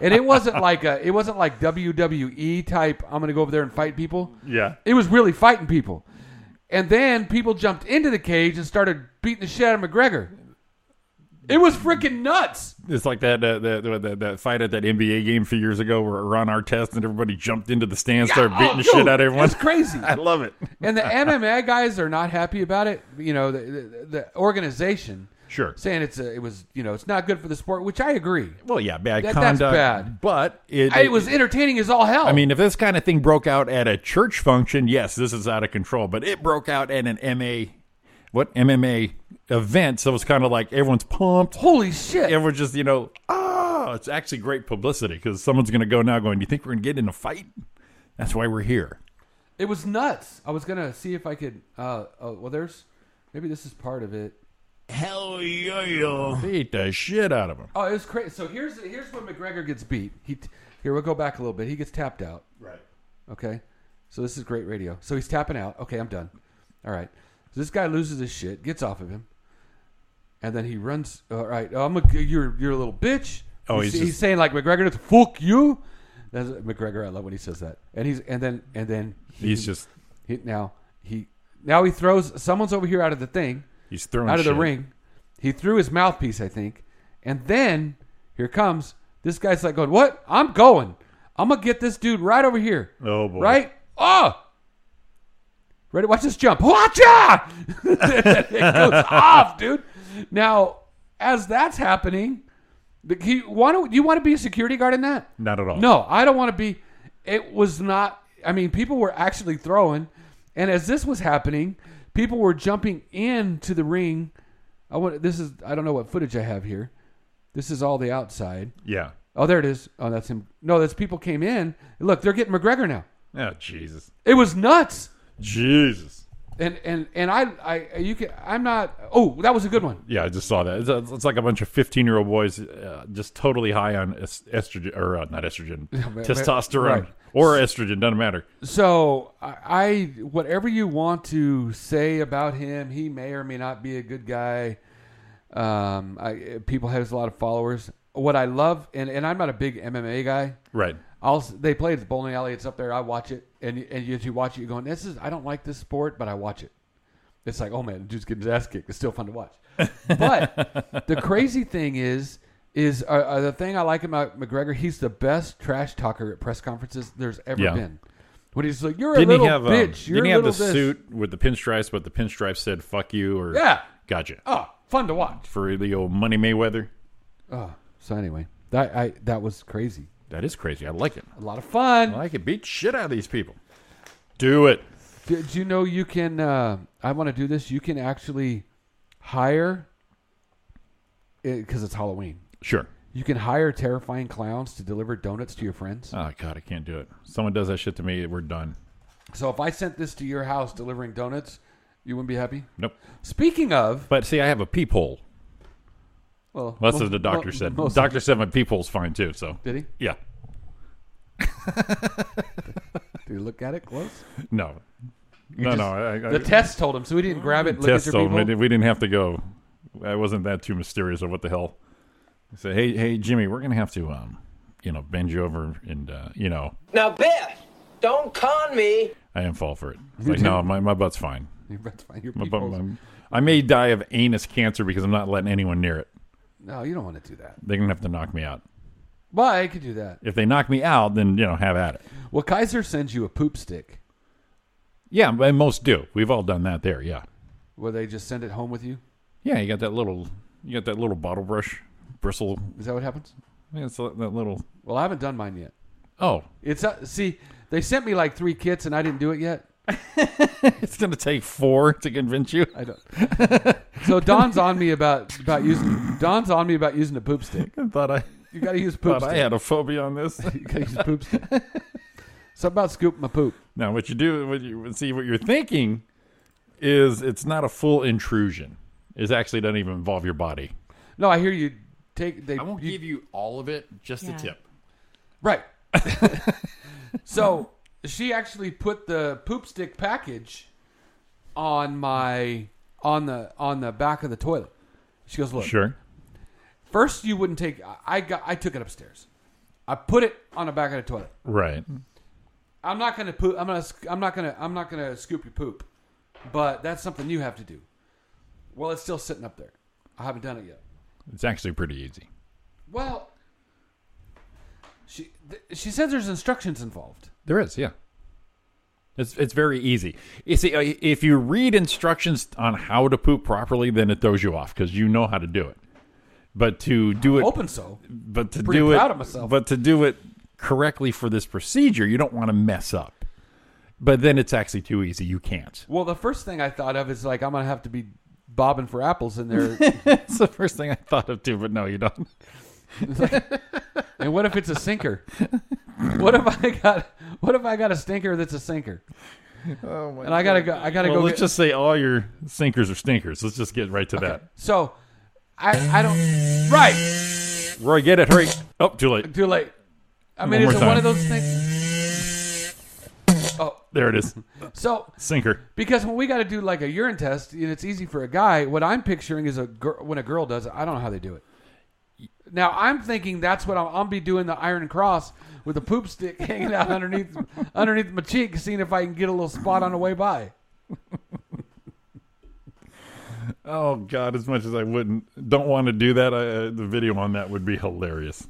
And it wasn't like a, it wasn't like WWE type. I'm going to go over there and fight people. Yeah. It was really fighting people. And then people jumped into the cage and started beating the shit out of McGregor. It was freaking nuts. It's like that uh, that, that, that that fight at that NBA game a few years ago where Ron Artest and everybody jumped into the stands, started beating Oh, the dude, shit out of everyone. It's crazy. I love it. and the MMA guys are not happy about it. You know, the, the, the organization Sure. saying it's a, it was you know it's not good for the sport, which I agree. Well, yeah, bad That- that's conduct. bad. But it, It was entertaining as all hell. I mean, if this kind of thing broke out at a church function, yes, this is out of control. But it broke out at an MA, what MMA event, so it's kind of like everyone's pumped. holy shit! Everyone's just you know, ah, it's actually great publicity because someone's going to go now going, "Do you think we're going to get in a fight?" That's why we're here. It was nuts. I was gonna see if I could. Uh, oh, well, there's maybe this is part of it. Hell yeah. Beat the shit out of them. Oh, it was crazy. So here's here's when McGregor gets beat. He here we'll go back a little bit. He gets tapped out. Right. Okay. So this is great radio. So he's tapping out. Okay, I'm done. All right. So this guy loses his shit, gets off of him, and then he runs. All right. Oh, I'm a, you're you're a little bitch. Oh, he's, he's just- he's saying like McGregor, it's fuck you. That's McGregor. I love when he says that. And he's and then and then he, He's just he- now he now he throws someone's over here out of the thing he's throwing out of the shit. ring. He threw his mouthpiece, I think, and then here comes this guy's like going, "What? I'm going. I'm gonna get this dude right over here. Oh, boy. Right? Oh, ready? Watch this jump. Watcha! it goes off, dude. Now, as that's happening, the- he want to you want to be a security guard in that? Not at all. No, I don't want to be. It was not. I mean, people were actually throwing, and as this was happening, people were jumping into the ring. I want this is. I don't know what footage I have here. This is all the outside. Yeah. Oh, there it is. Oh, that's him. No, that's people came in. Look, they're getting McGregor now. Oh Jesus. It was nuts. Jesus. And and and I I you can I'm not. Oh, that was a good one. Yeah, I just saw that. It's, it's like a bunch of fifteen-year-old boys uh, just totally high on es- estrogen or uh, not estrogen, testosterone right. or estrogen. Doesn't matter. So I, I whatever you want to say about him, he may or may not be a good guy. Um, I, people has a lot of followers. What I love, and, and I'm not a big MMA guy. Right. I'll s- they play at the bowling alley. It's up there. I watch it, and and as you watch it, you're going, "This is I don't like this sport, but I watch it." It's like, oh man, the dude's getting his ass kicked. It's still fun to watch. but the crazy thing is, is uh, uh, the thing I like about McGregor. He's the best trash talker at press conferences there's ever Yeah. been. When he's like, "You're a Didn't little he have? um, bitch," you're didn't he a have the little this. suit with the pinstripes? But the pinstripes said "fuck you" or Yeah. gotcha Oh, fun to watch. for the old Money Mayweather. Oh, so anyway, that I that was crazy. That is crazy. I like it. A lot of fun. I like it. Beat shit out of these people. Do it. Did you know you can? Uh, I want to do this. You can actually hire because it's Halloween. Sure. You can hire terrifying clowns to deliver donuts to your friends. Oh God, I can't do it. Someone does that shit to me, we're done. So if I sent this to your house delivering donuts, you wouldn't be happy. Nope. Speaking of, But see, I have a peephole. well, Well, that's mo- what the doctor mo- said. most- Doctor said my peephole's fine too. So Did he? Yeah. Did you look at it close? No. no, just- no. I, I, The test told him, so he didn't grab it. And look at test your told me people. that we didn't have to go. I wasn't that too mysterious or what the hell. I said, hey, hey, Jimmy, we're gonna have to, um, you know, bend you over and, uh, you know, Now, Beth, don't con me. I am fall for it. It's like, no, my, my butt's fine. That's fine. Your My butt, people's- my- I may die of anus cancer because I'm not letting anyone near it. No, you don't want to do that. They're gonna have to knock me out. But I could do that. If they knock me out, then you know, have at it. Well, Kaiser sends you a poop stick. Yeah, but most do. We've all done that there. Yeah. Where they just send it home with you? Yeah, you got that little, you got that little bottle brush bristle. Is that what happens? Yeah, It's that little. Well, I haven't done mine yet. Oh, It's uh, see, they sent me like three kits and I didn't do it yet. it's gonna take four to convince you. I don't. so Don's on me about about using Don's on me about using a poop stick. I thought I You got to use poop thought stick. I had a phobia on this. You got to use poop stick. Something about scoop my poop. Now, what you do, what you see, what you're thinking is it's not a full intrusion. It actually doesn't even involve your body. No, I hear you take. They, I won't give you all of it, just Yeah. the tip. Right. so she actually put the poop stick package on my on the on the back of the toilet. She goes, look. Sure. First, you wouldn't take. I- I got. I took it upstairs. I put it on the back of the toilet. Right. I'm not gonna poop. I'm gonna. sc- I'm not gonna. I'm not gonna scoop your poop. But that's something you have to do. Well, it's still sitting up there. I haven't done it yet. It's actually pretty easy. Well, she th- she says there's instructions involved. There is, yeah. It's it's very easy. You see, uh, if you read instructions on how to poop properly, then it throws you off because you know how to do it. But to do it, Open so. but to Pretty do proud it, of myself. but to do it correctly for this procedure, you don't want to mess up. But then it's actually too easy. You can't. Well, the first thing I thought of is like I'm gonna have to be bobbing for apples in there. It's the first thing I thought of too, but no, you don't. and what if it's a sinker? What if I got what if I got a stinker that's a sinker? Oh my and I gotta go. I gotta well, go. let's get- just say all your sinkers are stinkers. Let's just get right to that. so I I don't right. Roy, get it. Hurry. Oh, too late. Too late. I mean, One is it more one of time. those things? Oh, There it is. so Sinker. because when we got to do like a urine test, and it's easy for a guy. What I'm picturing is a girl when a girl does it. I don't know how they do it. Now I'm thinking that's what I'll, I'll be doing the Iron Cross with the poop stick hanging out underneath underneath my cheek, seeing if I can get a little spot on the way by. Oh God! As much as I wouldn't, don't want to do that. I, uh, the video on that would be hilarious.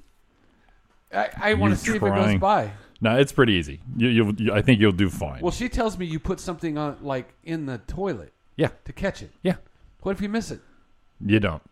I, I want You to see if it goes trying. by. No, it's pretty easy. You, you'll, you, I think you'll do fine. Well, she tells me you put something on like in the toilet yeah, to catch it. yeah. What if you miss it? You don't.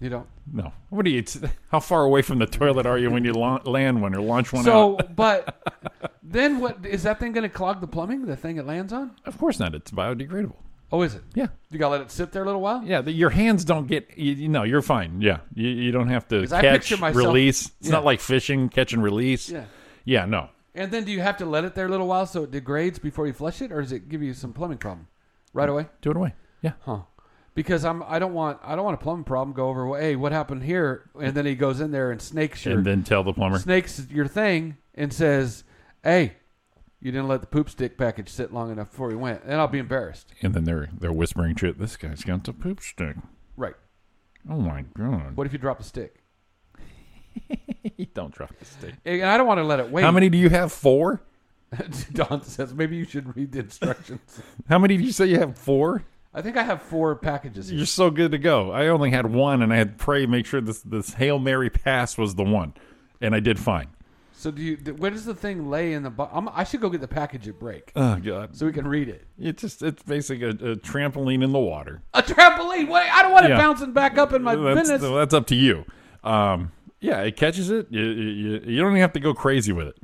You don't. No. What do you? It's, how far away from the toilet are you when you la- land one or launch one So, out? but then what is that thing going to clog the plumbing? The thing it lands on? Of course not. It's biodegradable. Oh, is it? Yeah, You got to let it sit there a little while. yeah. The, your hands don't get. You, you know, you're fine. Yeah, you, you don't have to 'Cause I catch, picture myself- release. It's yeah. not like fishing, catch and release. Yeah. Yeah. No. And then do you have to let it there a little while so it degrades before you flush it, or does it give you some plumbing problem right away? Do it away. Yeah. Huh? Because I'm I don't want I don't want a plumbing problem go over. Well, hey, what happened here? And then he goes in there and snakes your And then tell the plumber. snakes your thing and says, "Hey, you didn't let the poop stick package sit long enough before he went," and I'll be embarrassed. And then they're they're whispering to it. This guy's got the poop stick. Right? Oh my god. What if you drop the stick? Don't drop the stick. And I don't want to let it wait. How many do you have? Four? Don says maybe you should read the instructions. How many do you say you have? Four? I think I have four packages. Here. You're so good to go. I only had one, and I had to pray make sure this this hail mary pass was the one, and I did fine. So do you? th- Where does the thing lay in the? Bo- I'm, I should go get the package at break Oh god. so we can read it. It's just it's basically a, a trampoline in the water. A trampoline. What? I don't want it Yeah. bouncing back up in my that's, business. that's up to you. Um, yeah, it catches it. You, you, you don't even have to go crazy with it.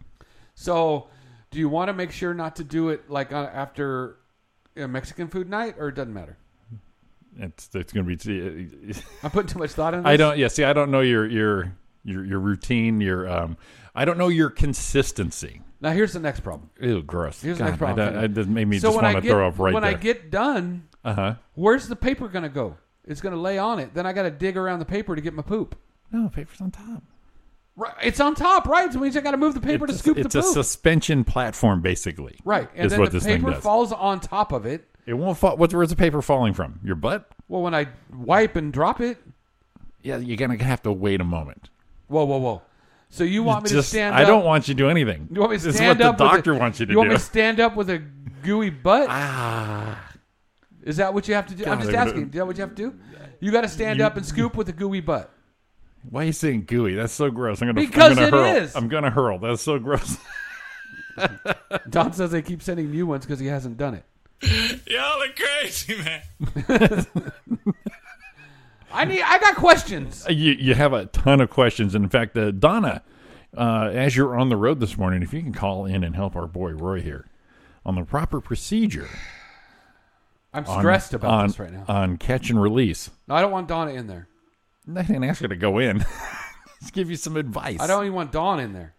So, do you want to make sure not to do it like on, after a Mexican food night, or it doesn't matter? It's it's gonna be. I'm putting too much thought into this. I don't. Yeah. See, I don't know your your your your routine. Your um. I don't know your consistency. Now here's the next problem. Ew, gross. Here's God, the next problem. I, that, that just made me so just when I want to get- throw up right when there. I get done, uh huh. where's the paper gonna go? It's gonna lay on it. Then I gotta dig around the paper to get my poop. No, paper's on top. Right, it's on top, right? So means I gotta move the paper it's to a, scoop it's the a poop. suspension platform, basically. right, and is then what the this thing paper does. falls on top of it. It won't fall. What's, where's the paper falling from? Your butt? Well, when I wipe and drop it, Yeah, you're gonna have to wait a moment. whoa, whoa, whoa. So you want me to Just- stand? I up? don't want you to do anything. You want me to This is stand what up? the with a- doctor wants you to You want do. me to stand up with a gooey butt? Ah. Is that what you have to do? I'm God, just I would've- asking. Is that what you have to do? You got to stand up and scoop with a gooey butt. Why are you saying gooey? That's so gross. I'm gonna Because I'm it gonna hurl. is. I'm gonna hurl. That's so gross. Don says they keep sending new ones because he hasn't done it. Y'all are crazy, man. I need. I got questions. you, you have a ton of questions. In fact, uh, Donna, uh, as you're on the road this morning, if you can call in and help our boy Roy here on the proper procedure I'm on- stressed about on- this right now. on catch and release. No, I don't want Donna in there. I didn't ask her to go in. Let's give you some advice. I don't even want Dawn in there.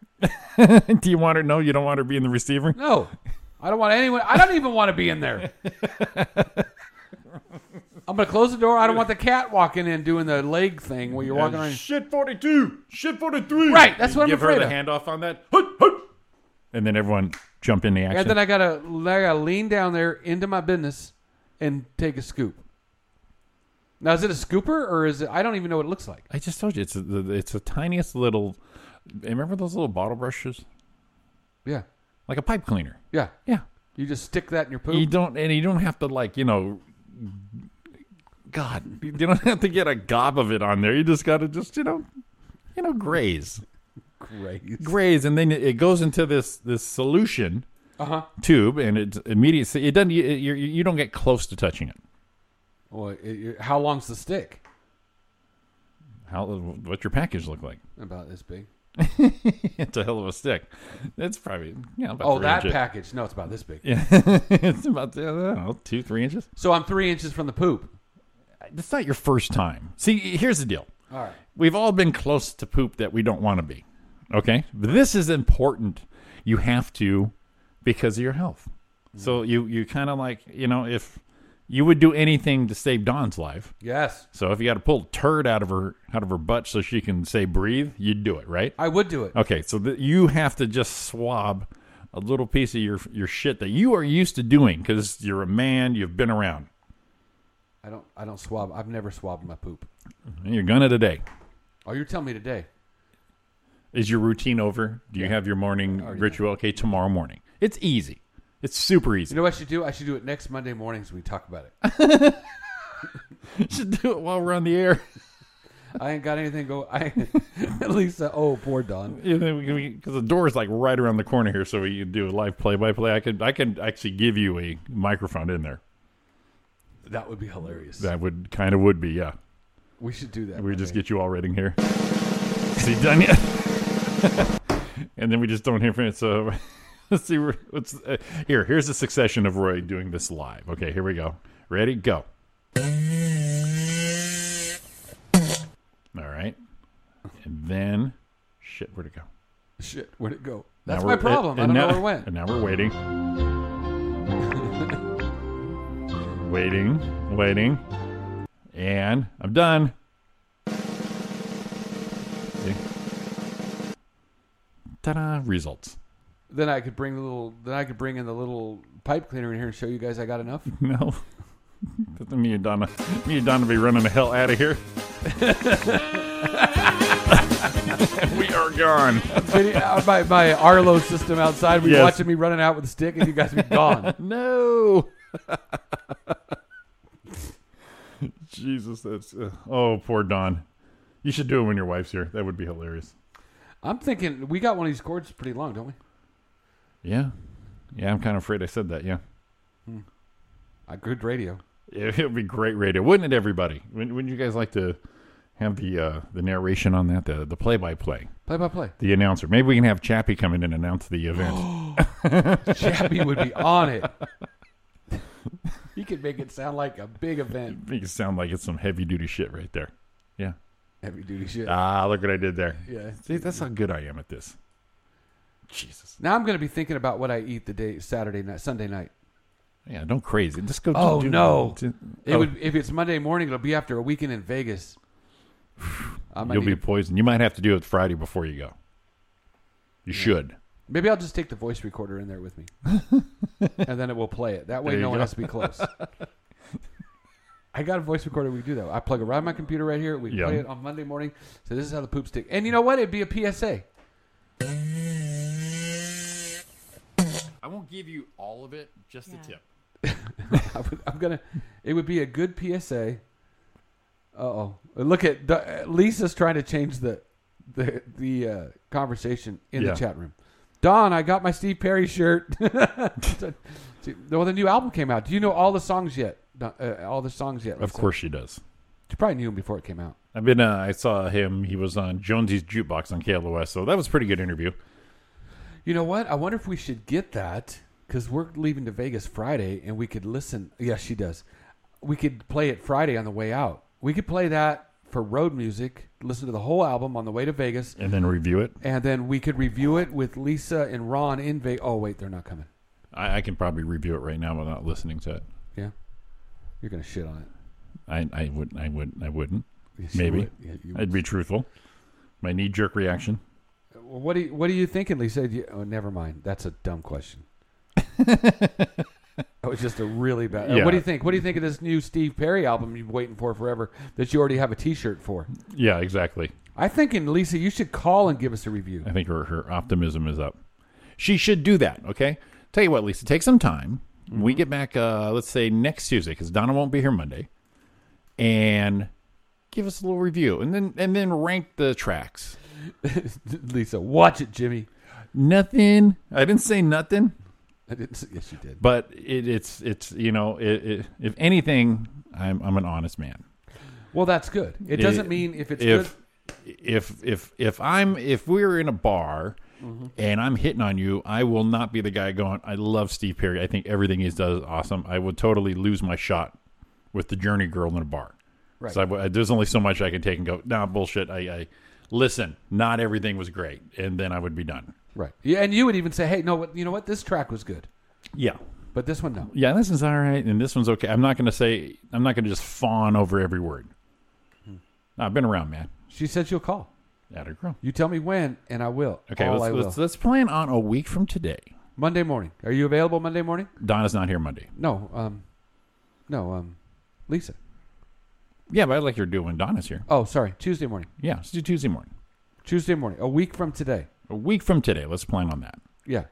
Do you want her? No, you don't want her being the receiver. No, I don't want anyone. I don't even want to be in there. I'm gonna close the door. I don't want the cat walking in doing the leg thing where you're walking Yeah, on. Shit, forty-two. Shit, forty-three. Right, that's what I'm Give afraid her of. the handoff on that. Hut, hut. And then everyone jump in the action. And then I gotta, I gotta lean down there into my business and take a scoop. Now is it a scooper or is it? I don't even know what it looks like. I just told you it's the it's the tiniest little. Remember those little bottle brushes? Yeah. Like a pipe cleaner. Yeah, yeah. You just stick that in your poop. You don't, and you don't have to like you know. God, you don't have to get a gob of it on there. You just got to just you know, you know, graze, Great. graze, and then it it goes into this this solution Uh-huh. tube, and it's immediately it doesn't. You, you you don't get close to touching it. Well, it, it- how long's the stick? How what's your package look like? About this big. it's a hell of a stick. That's probably yeah. About oh, three that inches. package. No, it's about this big. Yeah, it's about I don't know, two, three inches. So I'm three inches from the poop. It's not your first time. See, here's the deal. All right. We've all been close to poop that we don't want to be. Okay? But this is important. You have to because of your health. So you you kind of like, you know, if you would do anything to save Dawn's life. Yes. So if you got to pull a turd out of her out of her butt so she can say breathe, you'd do it, right? I would do it. Okay, so th- you have to just swab a little piece of your your shit that you are used to doing because you're a man, you've been around. I don't. I don't swab. I've never swabbed my poop. And you're gonna today. Oh, you're telling me today? Is your routine over? Do you have your morning ritual? Okay, tomorrow morning. It's easy. It's super easy. You know what I should do? I should do it next Monday mornings. We talk about it. should do it while we're on the air. I ain't got anything go. I at least. Uh, oh, poor Don. Because the door is like right around the corner here, so we can do a live play by play. I could I could actually give you a microphone in there. That would be hilarious. That would kind of would be yeah. we should do that. We just get you all reading here. Is he done yet? and then we just don't hear from it. So let's see. where- What's uh, here? Here's a succession of Roy doing this live. Okay, here we go. Ready? Go. All right. And then, shit, where'd it go? shit. Where'd it go? Now That's we're- my problem. I and don't now- know where it And now we're waiting. waiting, waiting. And I'm done. See? Ta-da, results. went. Then I could bring the little. Then I could bring in the little pipe cleaner in here and show you guys I got enough. No. me and Donna me and Donna be running the hell out of here. we are gone. Video- out uh, my my Arlo system outside. We Yes. watching me running out with a stick, and you guys be gone. no. Jesus, that's uh, oh poor Don. You should do it when your wife's here. That would be hilarious. I'm thinking we got one of these cords pretty long, don't we? Yeah, yeah. I'm kind of afraid I said that. Yeah, A good radio. it would be great radio, wouldn't it, everybody? Wouldn't, wouldn't you guys like to have the uh, the narration on that, the the play by play, Play by play. the announcer? Maybe we can have Chappie come in and announce the event. Chappie would be on it. he could make it sound like a big event. Make it sound like it's some heavy duty shit right there. Yeah. Heavy duty shit. Ah, look what I did there. Yeah. See, that's how good I am at this. Jesus. Now I'm going to be thinking about what I eat the day Saturday night, Sunday night. Yeah, don't crazy. Just go. Oh do- no! do- It oh, would if it's Monday morning. It'll be after a weekend in Vegas. I might you'll be need to- poisoned. You might have to do it Friday before you go. You should. maybe I'll just take the voice recorder in there with me, and then it will play it. That way, There you no one go. has to be close. I got a voice recorder. We do that. I plug it right in my computer right here. We Yeah. play it on Monday morning. So this is how the poop stick. And you know what? It'd be a PSA. I won't give you all of it. Just a tip. I would, I'm gonna. It would be a good PSA. Uh oh! Look at the, uh, Lisa's trying to change the the the uh, conversation in Yeah. the chat room. Don, I got my Steve Perry shirt. well, the new album came out. Do you know all the songs yet? Don- Uh, all the songs yet? Of Lisa? course she does. you probably knew them before it came out. I've been. Uh, I saw him. He was on Jonesy's jukebox on KLOS. So that was a pretty good interview. You know what? I wonder if we should get that because we're leaving to Vegas Friday, and we could listen. Yeah, she does. We could play it Friday on the way out. We could play that for road music, listen to the whole album on the way to Vegas, and then review it. and then we could review it with Lisa and Ron in Vegas. Oh wait, they're not coming. I, I can probably review it right now without listening to it. Yeah, you're gonna shit on it. I, I wouldn't. I would. I wouldn't. Yes, you Maybe. would. Yeah, you I'd be truthful. My knee jerk reaction. Well, What do you, what are you thinking, Lisa? Do you- oh, never mind. That's a dumb question. that was just a really bad. uh, Yeah. What do you think? What do you think of this new Steve Perry album you've been waiting for forever that you already have a T-shirt for? Yeah, exactly. I think, and Lisa, you should call and give us a review. I think her, her optimism is up. She should do that. Okay. Tell you what, Lisa, take some time. We get back, uh, let's say next Tuesday, because Donna won't be here Monday, and give us a little review, and then and then rank the tracks. Lisa, watch it, Jimmy. Nothing. I didn't say nothing, I didn't. Say, yes, you did. but it, it's it's you know it, it, if anything, I'm I'm an honest man. Well, that's good. It doesn't mean if it's good. good. If if if I'm if we're in a bar and I'm hitting on you, I will not be the guy going. I love Steve Perry. I think everything he does is awesome. I would totally lose my shot with the Journey girl in a bar. Right. So I w- there's only so much I can take and go. Nah, bullshit. I, I listen. Not everything was great, and then I would be done. Right. Yeah, and you would even say, "Hey, no, what- you know what? This track was good, Yeah. but this one no." Yeah, this is all right, and this one's okay. I'm not going to say. I'm not going to just fawn over every word. Hmm. Nah, I've been around, man. She said she'll call. At a girl. You tell me when, and I will. Okay, All let's, I will. let's let's plan on a week from today. Monday morning. Are you available Monday morning? Donna's not here Monday. No, um, no, um, Lisa. Yeah, but I'd like her to do it when Donna's here. Oh, sorry, Tuesday morning. Yeah, let's do Tuesday morning. Tuesday morning, a week from today. A week from today, let's plan on that. Yeah,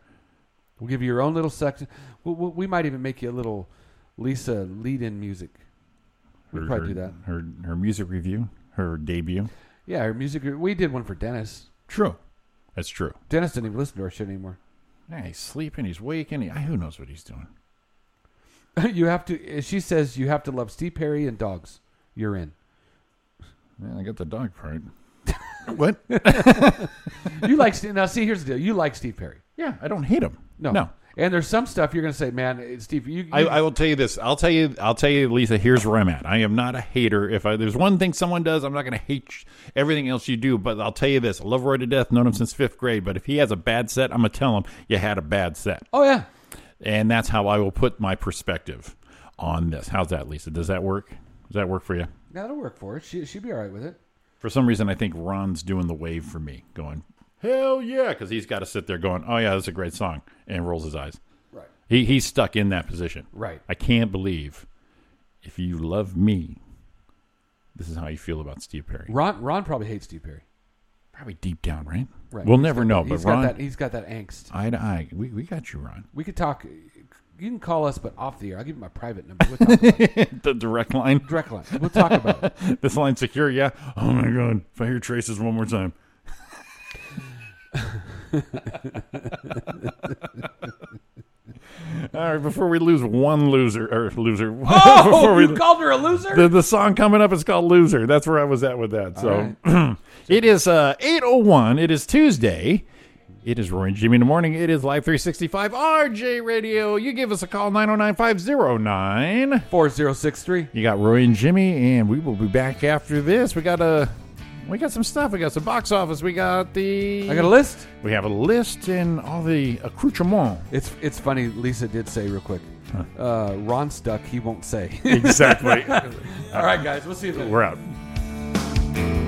we'll give you your own little section. We, we, we might even make you a little Lisa lead-in music. We could probably her, do that. Her her music review, her debut. Yeah, our music. We did one for Dennis. True, that's true. Dennis didn't even listen to our shit anymore. Yeah, he's sleeping, he's waking. He, who knows what he's doing? you have to. eh, She says you have to love Steve Perry and dogs. You're in. Yeah, I got the dog part. what? You like Steve- now? See, here's the deal. You like Steve Perry. Yeah, I don't hate him. No, no. And there's some stuff you're gonna say, man, eh, Steve. You, you I, I will tell you this. I'll tell you. I'll tell you, Lisa. Here's where I'm at. I am not a hater. If I, there's one thing someone does, I'm not going to hate sh- everything else you do. But I'll tell you this. I love Roy to death. Known him since fifth grade. But if he has a bad set, I'm gonna tell him you had a bad set. oh yeah, And that's how I will put my perspective on this. How's that, Lisa? Does that work? Does that work for you? that'll work for it. She she'd be all right with it. For some reason, I think Ron's doing the wave for me, going hell yeah, because he's got to sit there going, oh yeah, that's a great song, and rolls his eyes. Right. He he's stuck in that position. Right. I can't believe if you love me, this is how you feel about Steve Perry. Ron Ron probably hates Steve Perry. Probably deep down, right? Right. We'll He's never got know, that- but he's Ron, got that he's got that angst. eye to eye, we, we got you, Ron. We could talk. You can call us, but off the air. I'll give you my private number. We'll talk about it. the direct line. direct line. We'll talk about it. This line secure, yeah. Oh my god, if I hear traces one more time. All right, before we lose one loser or loser, before Oh, we you called her a loser. the, the song coming up is called loser that's where i was at with that so it is uh 801 it is tuesday it is roy and jimmy in the morning it is live 365 rj radio you give us a call 909-509 Four zero six three. you got roy and jimmy and we will be back after this we got a we got some stuff we got some box office we got the I got a list. we have a list and all the accoutrement It's it's funny. Lisa did say real quick. Uh, Ron stuck. He won't say. exactly All right, guys. We'll see you. Then. we're out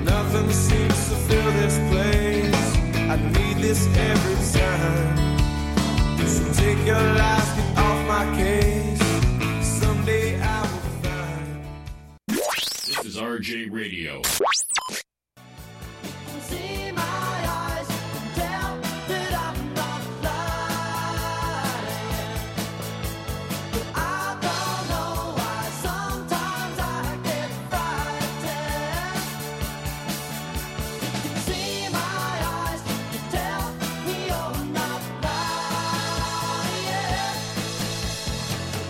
Nothing seems to fill this place. I need this every time. So take your life, get off my case. Someday I will find. This is RJ Radio. See my eyes and tell that I'm not blind. But I don't know why sometimes I get frightened. See my eyes and tell me you're not blind.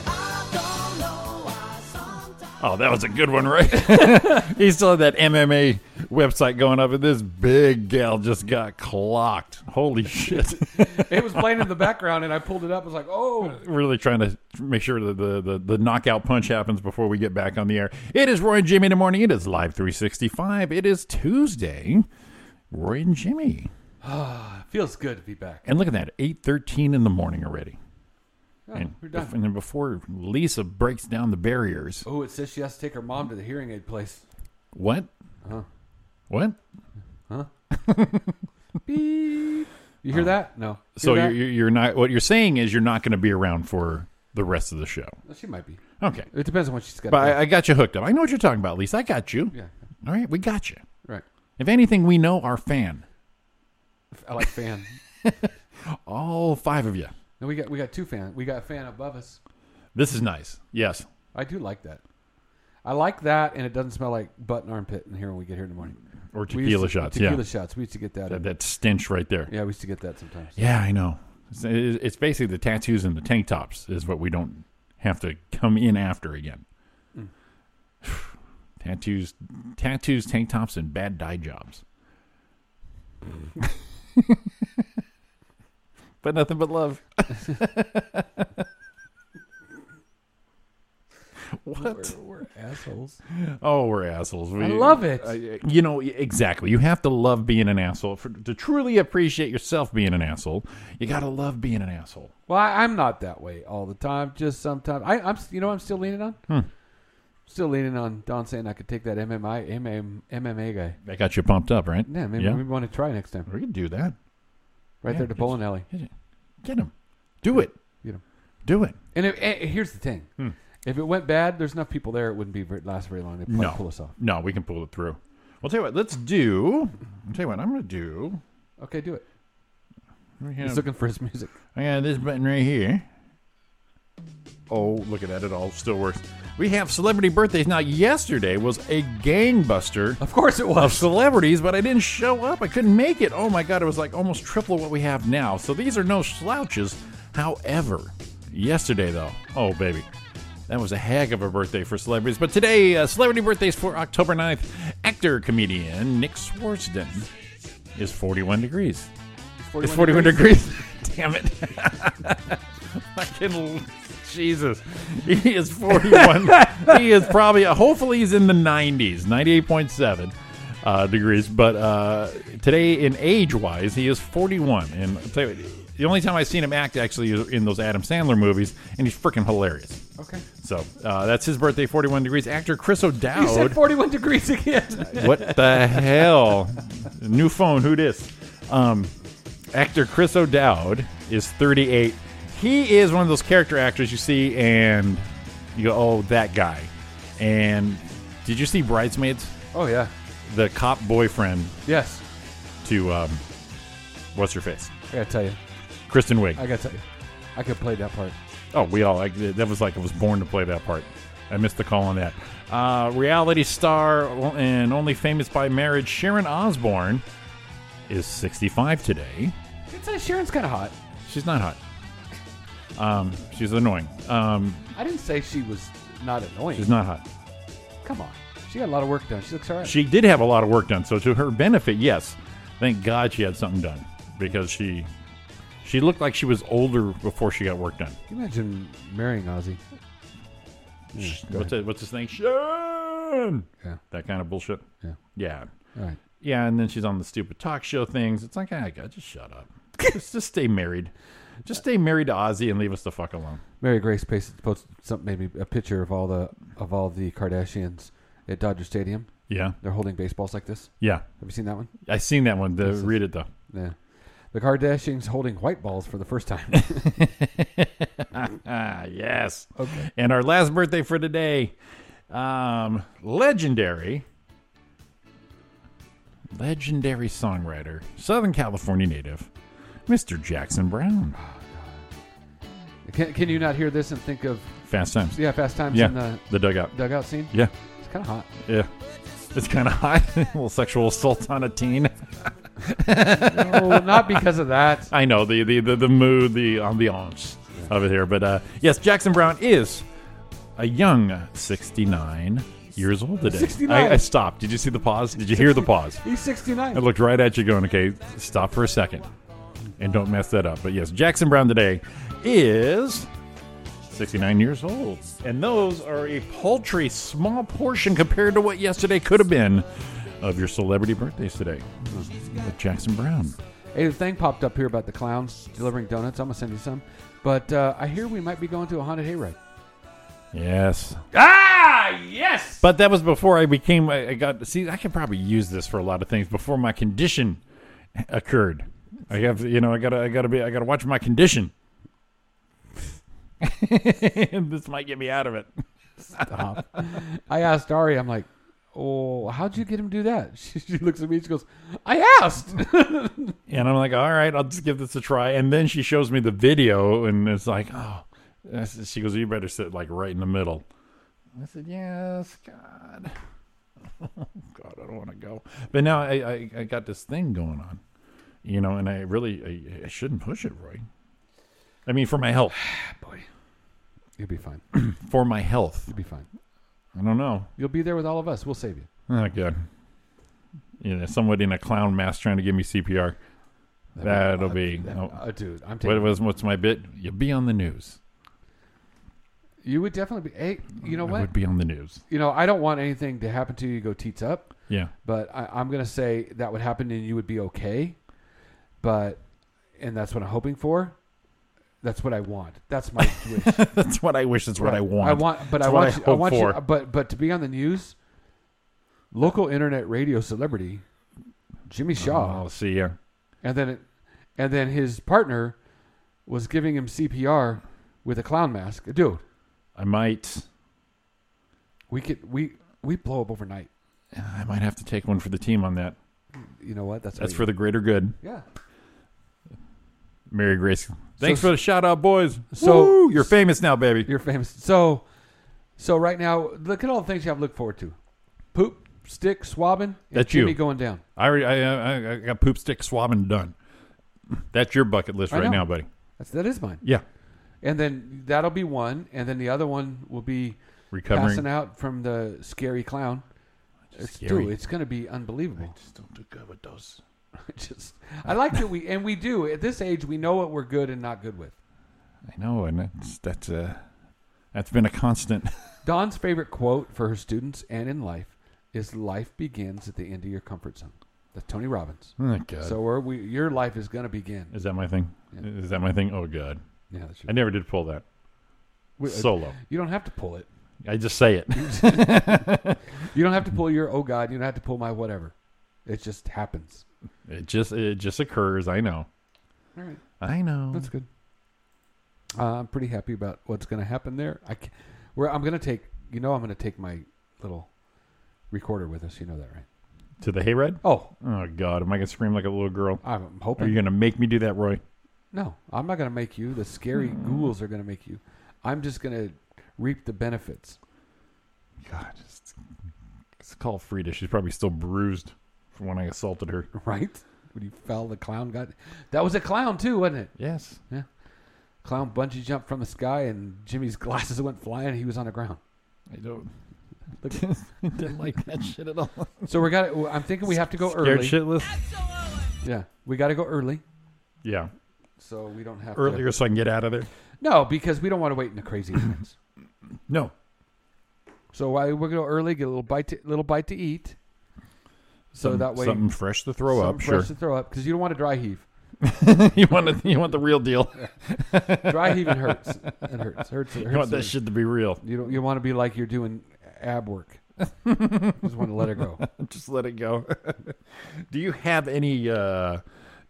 I don't know why sometimes. Oh, that was a good one, right? he still had that MMA website going up, and this big gal just got clocked. Holy shit! It was playing in the background, and I pulled it up. I was like, oh. really trying to make sure that the, the, the knockout punch happens before we get back on the air. It is Roy and Jimmy in the morning. It is Live 365. It is Tuesday. Roy and Jimmy. Feels good to be back. And look at that, 8.13 in the morning already. Oh, and, we're done. bef- and then before Lisa breaks down the barriers. Oh, it says she has to take her mom to the hearing aid place. What? Huh. What? Beep. You hear that? No. Hear Oh. So that? you're, you're you're not. What you're saying is you're not going to be around for the rest of the show. Well, she might be. Okay. It depends on what she's got. But to I, I got you hooked up. I know what you're talking about, Lisa. I got you. do. yeah, All right, we got you. right. If anything, we know our fan. I like fan. All five of you. no, we got we got two fan. We got a fan above us. This is nice. Yes. I do like that. I like that, and it doesn't smell like butt and armpit in here when we get here in the morning. Or We used tequila to- shots. Tequila yeah. shots. We used to get that. That, in- that stench right there. yeah, we used to get that sometimes. Yeah, I know. It's, it- it's basically the tattoos and the tank tops is what we don't have to come in after again. Mm. tattoos, tattoos, tank tops, and bad dye jobs. but nothing but love. what? We're assholes. Oh, we're assholes. We, I love it. I- you know exactly. You have to love being an asshole for, to truly appreciate yourself being an asshole. You got to love being an asshole. Well, I, I'm not that way all the time. Just sometimes. I, I'm. You know, what I'm still leaning on. Hmm. Still leaning on Don saying I could take that MMA MM, MMA guy. That got you pumped up, right? Yeah, maybe we want to try next time. we can do that. Right Yeah, there to just- bowling alley. Get it. Get him. Do it. Get 'em. Do it. And, if, and here's the thing: Hmm. if it went bad, there's enough people there. It wouldn't be ver- last very long. They probably No. pull us off. No, we can pull it through. Well, tell you what. Let's do. I'll tell you what. I'm gonna do. Okay, do it. I He's have, looking for his music. I got this button right here. Oh, look at that. It all still works. We have celebrity birthdays. Now, yesterday was a gangbuster Of course, it of was. celebrities, but I didn't show up. I couldn't make it. Oh my God, it was like almost triple what we have now. So these are no slouches. However, yesterday though, oh baby, that was a heck of a birthday for celebrities. But today, uh, celebrity birthdays for October 9th, actor comedian Nick Swartzen is 41 degrees. It's 41 degrees. Damn it. Fucking Jesus. He is 41. he is probably, hopefully, he's in the 90s, 98.7 uh, degrees. But uh, today, in age wise, he is 41. And I'll tell you what, the only time I've seen him act actually is in those Adam Sandler movies, and he's freaking hilarious. Okay. So uh, that's his birthday, 41 degrees. Actor Chris O'Dowd. You said 41 degrees again. What the hell? New phone, who dis? Um, actor Chris O'Dowd is 38. He is one of those character actors you see and you go, oh, that guy. And did you see Bridesmaids? oh yeah. The cop boyfriend Yes. to, um, what's her face? I gotta tell you. Kristen Wiig. I gotta tell you. I could play that part. Oh, we all. I, that was like I was born to play that part. I missed the call on that. Uh, reality star and only famous by marriage, Sharon Osbourne, is 65 today. It's uh, Sharon's kind of hot. She's not hot. Um, she's annoying. Um, I didn't say she was not annoying. she's not hot. Come on. She got a lot of work done. She looks alright. She did have a lot of work done, so to her benefit, yes. Thank God she had something done because she she looked like she was older before she got work done. Can you imagine marrying Ozzy? Yeah, go What's ahead. it, what's this thing? Sharon. Yeah. That kind of bullshit. Yeah. Yeah. All right. Yeah, and then she's on the stupid talk show things. It's like, ah, God, just shut up. just, just stay married. Just stay married to Ozzy and leave us the fuck alone. Mary Grace posted, posted something, maybe a picture of all the of all the Kardashians at Dodger Stadium. Yeah, They're holding baseballs like this. yeah. Have you seen that one? I seen that one. The, read it though. Yeah. The Kardashians holding white balls for the first time. Ah, yes. Okay. And our last birthday for today, um, legendary, legendary songwriter, Southern California native, Mr. Jackson Brown. can, can you not hear this and think of Fast times. yeah, Fast Times Yeah, in the the dugout. dugout scene? Yeah. It's kind of hot. Yeah. It's kind of hot. a little sexual assault on a teen. No, not because of that. I know the the the, the mood, the ambiance of it here. But uh, yes, Jackson Brown is a young 69 years old today. 69. I, I stopped. Did you see the pause? Did you hear the pause? He's 69. I looked right at you going, okay, stop for a second and don't mess that up. But yes, Jackson Brown today is 69 years old. And those are a paltry small portion compared to what yesterday could have been of your celebrity birthdays today. With Jackson Brown. Hey, the thing popped up here about the clowns delivering donuts. I'm gonna send you some, but uh, I hear we might be going to a haunted hayride. Yes. Ah, yes. But that was before I became. I I got. See, I could probably use this for a lot of things before my condition occurred. I have, you know, I gotta, I gotta be, I gotta watch my condition. this might get me out of it. Stop. I asked Ari. I'm like, oh, how'd you get him to do that? She, she looks at me. She goes, I asked. And I'm like, all right, I'll just give this a try. And then she shows me the video, and it's like, oh, That's- she goes, you better sit like right in the middle. I said, yes, God. God, I don't want to go. But now I, I, I got this thing going on, you know, and I really I, I shouldn't push it, Roy. I mean, for my health. Boy, you'll be fine. for my health. You'll be fine. I don't know. You'll be there with all of us. We'll save you. Oh, God. You know, somebody in a clown mask trying to give me CPR. That'll be. oh. Uh, dude, I'm taking. What was what's my bit? You'll be on the news. you would definitely be. Hey, you know I what? would be on the news. you know, I don't want anything to happen to you. Go teats up. Yeah. But I, I'm gonna say that would happen and you would be okay. But, and that's what I'm hoping for. That's what I want. That's my wish. That's what I wish. That's what I Right. want. I want, but That's I what want, you, I hope want you, for. but but to be on the news, local internet radio celebrity, Jimmy Shaw, Oh, I'll see you. and then it, and then his partner was giving him CPR with a clown mask. Dude, I might. we could we we blow up overnight. I might have to take one for the team on that. You know what? That's That's what for the greater good. you- yeah. Mary Grace. Thanks So- for the shout out, boys. So- Woo! you're famous now, baby. You're famous. So, so right now, look at all the things you have to look forward to: poop, stick, swabbing, and That's you. Jimmy going down. I already, I, I, I got poop stick swabbing done. That's your bucket list I right know. now, buddy. That's that is mine. Yeah. And then that'll be one, and then the other one will be Recovering. passing out from the scary clown. It's, scary. Dude, it's going to be unbelievable. I just don't do good with those. just, I like that we and we do at this age. We know what we're good and not good with. I know, and that's that's uh, that's been a constant. Dawn's favorite quote for her students and in life is "Life begins at the end of your comfort zone." That's Tony Robbins. Oh, God. So where we, your life is going to begin. Is that my thing? Is that my thing? Oh God, Yeah, that's your- I never did pull that We- uh, solo. You don't have to pull it. I just say it. You don't have to pull your oh god. You don't have to pull my whatever. It just happens. It just it just occurs. I know. All right. I know. That's good. Uh, I'm pretty happy about what's going to happen there. I can where I'm going to take, you know, I'm going to take my little recorder with us. You know that, right? To the hayride. Oh, Oh God, am I gonna scream like a little girl? I'm Are hoping. you gonna make me do that, Roy? no, I'm not going to make you. The scary ghouls are going to make you. I'm just going to reap the benefits. God, just, just call Frida. She's probably still bruised from when I assaulted her. Right? When you fell, the clown got. That was a clown too, wasn't it? Yes. Clown bungee jumped from the sky, and Jimmy's glasses went flying. and He was on the ground. I don't. Look. didn't like that shit at all. So we're got. I'm thinking we have to go Scared early. shitless. Yeah, we got to go early, Yeah. so we don't have to- Earlier, so I can get out of there. No, because we don't want to wait in the crazy times. No. So I, we're going to go early, get a little bite, to, little bite to eat. So Something- that way, something fresh to throw up. something fresh Sure. to throw up because you don't want to dry heave. you want to, You want the real deal. Dry heaving hurts. It hurts. Hurts. It hurts. You want that shit to be real. You don't. You want to be like you're doing ab work. Just want to let it go. Just let it go. do you have any? uh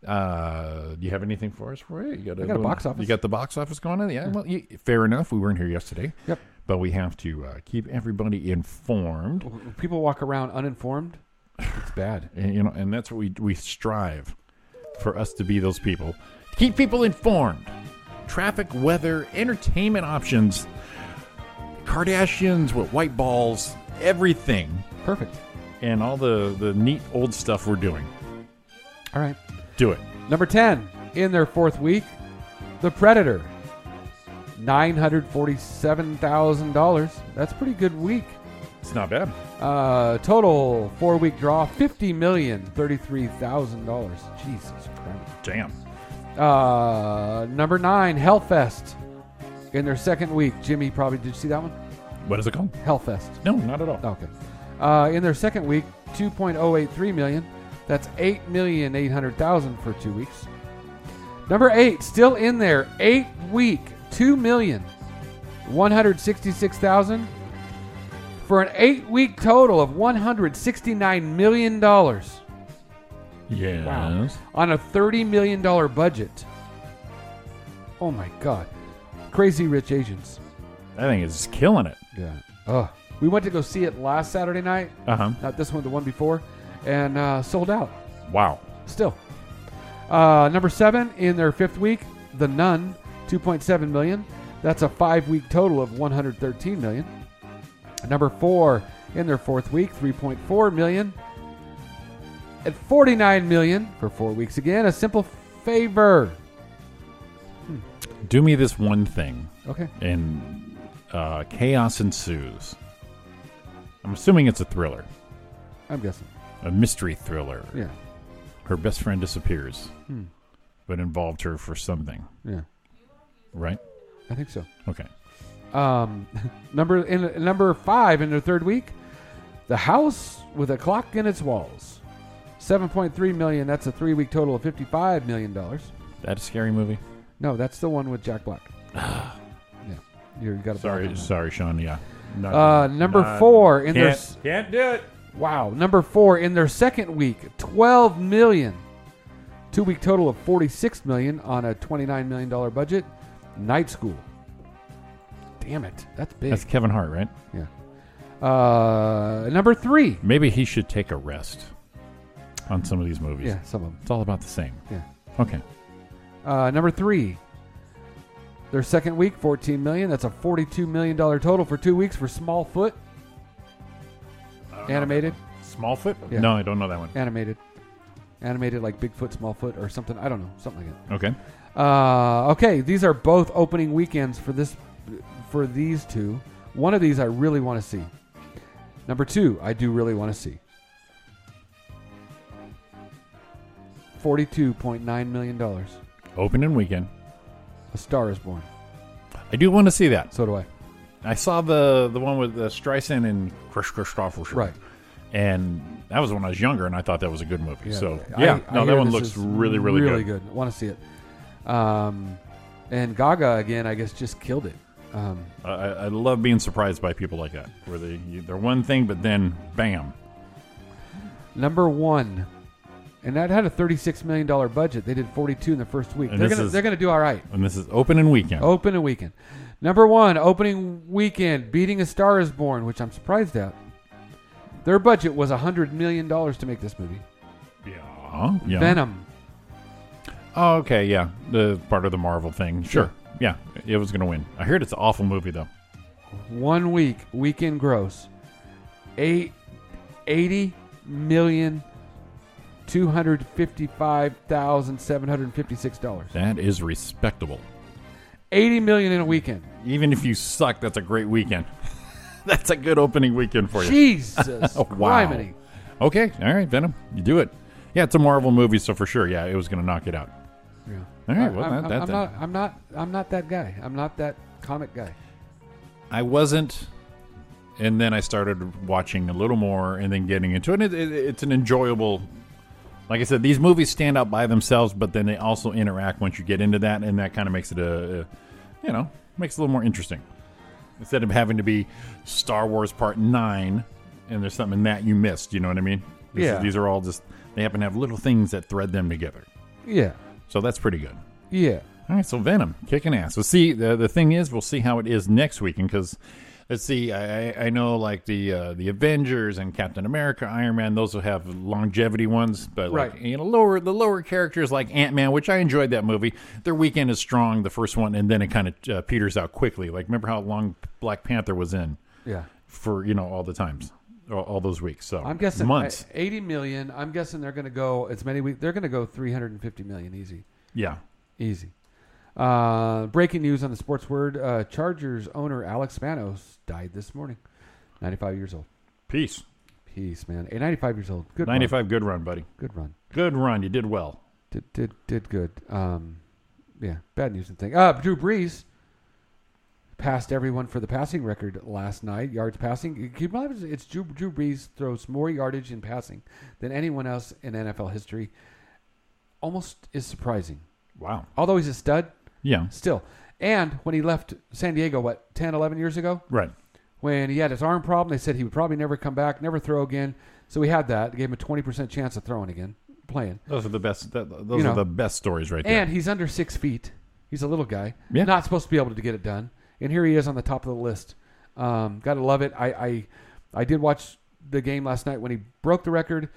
uh Do you have anything for us, Roy? You got I got a box office. Mm. You got the box office going on. Yeah. Well, you, fair enough. We weren't here yesterday. Yep. But we have to uh, keep everybody informed, When People walk around uninformed. It's bad. and, you know, and that's what we we strive for us to be those people. Keep people informed. Traffic, weather, entertainment options, Kardashians with white balls, everything, Perfect. and all the the neat old stuff we're doing. All right. Do it. Number ten in their fourth week, The Predator. nine hundred forty-seven thousand dollars. That's a pretty good week. It's not bad. Uh, total four-week draw fifty million thirty-three thousand dollars. Jesus Christ! Damn. Uh, number nine, Hellfest. In their second week, Jimmy probably did you see that one? What is it called? Hellfest. No, not at all. Okay. Uh, in their second week, 2.083 million. That's 8,800,000 for two weeks. Number eight, still in there, eight week, 2,166,000 for an eight week total of $169 million. Yes. Wow. On a $30 million budget. Oh my God. Crazy Rich Asians. That thing is killing it. Yeah. Ugh. We went to go see it last Saturday night. Uh huh. Not this one, the one before. And uh, sold out Wow. still. Uh, number seven in their fifth week, The Nun, 2.7 million. That's a five week total of 113 million. Number four in their fourth week, 3.4 million. At 49 million for four weeks again, a simple favor. Do me this one thing. Okay. And uh, chaos ensues. I'm assuming it's a thriller, I'm guessing. a mystery thriller. Yeah. Her best friend disappears, Hmm. but involved her for something, Yeah. right? I think so. Okay. Um, number in number five in their third week, the house with a clock in its walls, seven point three million. That's a three-week total of fifty-five million dollars. That a scary movie? No, that's the one with Jack Black. yeah, you got Sorry, sorry, Sean. Yeah. Not- Uh, number not- four in their can't- s- can't do it. Wow, number four in their second week, twelve million. Two-week total of forty-six million on a twenty-nine million dollar budget. Night School. Damn it, that's big. That's Kevin Hart, right? Yeah. Uh, number three. Maybe he should take a rest on some of these movies. Yeah, some of them. It's all about the same. Yeah. Okay. Uh, number three. Their second week, fourteen million. That's a forty-two million dollar total for two weeks for Smallfoot. Animated, Smallfoot? Yeah. No, I don't know that one. animated, animated like Bigfoot, Smallfoot, or something. I don't know, something like Okay. that. Uh, okay, these are both opening weekends for this, for these two. One of these I really want to see. Number two, I do really want to see. Forty-two point nine million dollars. Opening weekend. A Star is Born. I do want to see that. So do I. I saw the the one with uh, Streisand and Chris Christopherson. Right. And that was when I was younger, and I thought that was a good movie. So I- yeah, I no, that hear one this looks is really, really, really good. Want to see it? Um, and Gaga again, I guess, just killed it. Um, I, I I love being surprised by people like that, where they you- they're one thing, but then bam. number one, and that had a thirty-six million dollar budget. They did forty-two in the first week. And they're this gonna is- they're gonna do all right. And this is opening weekend. Open a weekend. Number one, opening weekend, beating A Star Is Born, which I'm surprised at. Their budget was hundred million dollars to make this movie. Yeah. yeah. Venom. Oh, okay, yeah. The part of the Marvel thing. Sure. Yeah. It was gonna win. I heard it's an awful movie though. one week weekend gross eight eighty million two hundred fifty five thousand seven hundred fifty six dollars That is respectable. 80 million in a weekend Even if you suck, that's a great weekend. that's a good opening weekend for you. Oh, jesus Wow. criminy. Okay, all right, Venom, you do it. Yeah, it's a Marvel movie, so for sure, yeah, it was going to knock it out. Yeah. All right, well, I'm, that, that, I'm that- not i'm not i'm not that guy i'm not that comic guy I wasn't, and then I started watching a little more, and then getting into it. It, it. It's an enjoyable. Like I said, these movies stand out by themselves, but then they also interact once you get into that, and that kind of makes it a, a, you know, makes it a little more interesting. Instead of having to be Star Wars Part Nine, and there's something that you missed. You know what I mean? This is- Yeah. these are all just they happen to have little things that thread them together. yeah So that's pretty good. yeah All right, so Venom kicking ass. We'll see. The, the thing is, we'll see how it is next weekend because let's see. I, I- I know like the uh, the Avengers and Captain America, Iron Man. Those will have longevity ones, but like Right. you know lower the lower characters like Ant Man, which I enjoyed that movie. Their weekend is strong, the first one, and then it kind of uh, peters out quickly. Like remember how long Black Panther was in yeah for you know all the times, all, all those weeks. So i'm guessing months. uh, 80 million i'm guessing they're gonna go as many weeks they're gonna go 350 million easy yeah, easy Uh, breaking news on the sports word uh, Chargers owner Alex Spanos died this morning, 95 years old. Peace. Peace, man. Hey, 95 years old. Good run. 95, good run, buddy. Good run. Good run. You did well. Did did did good. Um, yeah, bad news and thing. Uh, Drew Brees passed everyone for the passing record last night. Yards passing. Keep in mind, it's Drew, Drew Brees throws more yardage in passing than anyone else in NFL history. Almost is surprising. Wow. Although he's a stud. Yeah. Still. And when he left San Diego, what, 10, 11 years ago? Right. When he had his arm problem, they said he would probably never come back, never throw again. So we had that. It gave him a 20% chance of throwing again, playing. Those are the best. That, those You are know. the best stories right there. And he's under six feet. He's a little guy. Yeah. Not supposed to be able to get it done. And here he is on the top of the list. Um, gotta love it. I, I I did watch the game last night when he broke the record.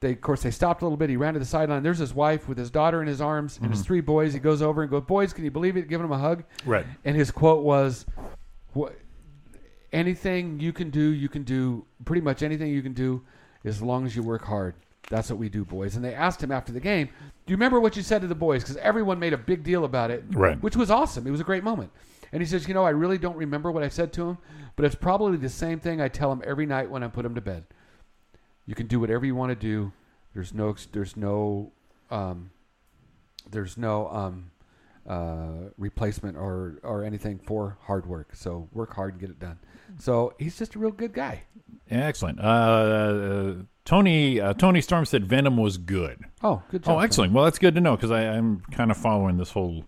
They of course they stopped a little bit. He ran to the sideline. There's his wife with his daughter in his arms and his Mhm. three boys. He goes over and goes, Boys, can you believe it? Giving him a hug. Right. And his quote was "Wha- anything you can do, you can do pretty much anything you can do as long as you work hard. That's what we do, boys. And they asked him after the game, Do you remember what you said to the boys? Because everyone made a big deal about it, Right. which was awesome. It was a great moment. And he says, You know, I really don't remember what I said to him, but it's probably the same thing I tell him every night when I put him to bed. You can do whatever you want to do. There's no, ex- there's no, um, there's no um, uh, replacement or or anything for hard work. So work hard and get it done. So he's just a real good guy. Excellent. Uh, Uh, Tony uh, Tony Storm said Venom was good. Oh, good job, Oh, excellent. Well, that's good to know because I'm kind of following this whole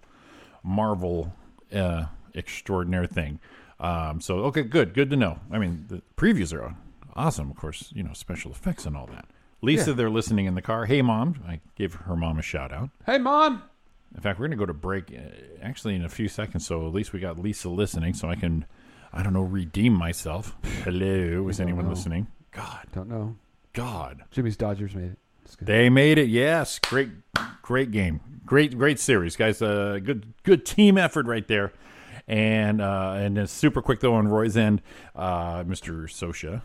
Marvel uh, extraordinary thing. Um, so okay, good, good to know. I mean, the previews are awesome, of course. You know, special effects and all that. Lisa, Yeah. they're listening in the car. Hey, mom! I gave her mom a shout out. Hey, mom. In fact, we're going to go to break uh, actually in a few seconds, so at least we got Lisa listening, so I can, I don't know, redeem myself. Hello, is anyone know. listening? God, don't know. God, Jimmy's Dodgers made it. they made it. Yes, great, great game, great, great series, guys. Uh, good, good team effort right there. And uh, and it's super quick though on Roy's end, uh, Mr. Sosha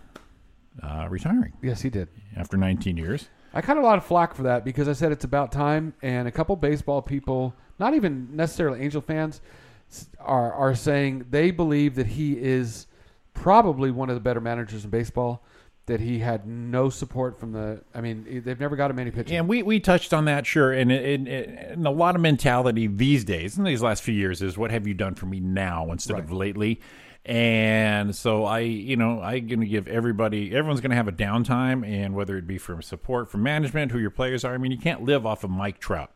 uh, retiring Yes, he did after 19 years. I caught a lot of flack for that because I said it's about time, and a couple baseball people, not even necessarily Angel fans, s- are are saying they believe that he is probably one of the better managers in baseball. That he had no support from the. I mean, they've never got him any pitching. And we, we touched on that, sure. And, it, it, it- and a lot of mentality these days, in these last few years, is what have you done for me now instead of lately? And so I, you know, I'm going to give everybody, everyone's going to have a downtime. And whether it be from support, from management, who your players are, I mean, you can't live off of Mike Trout.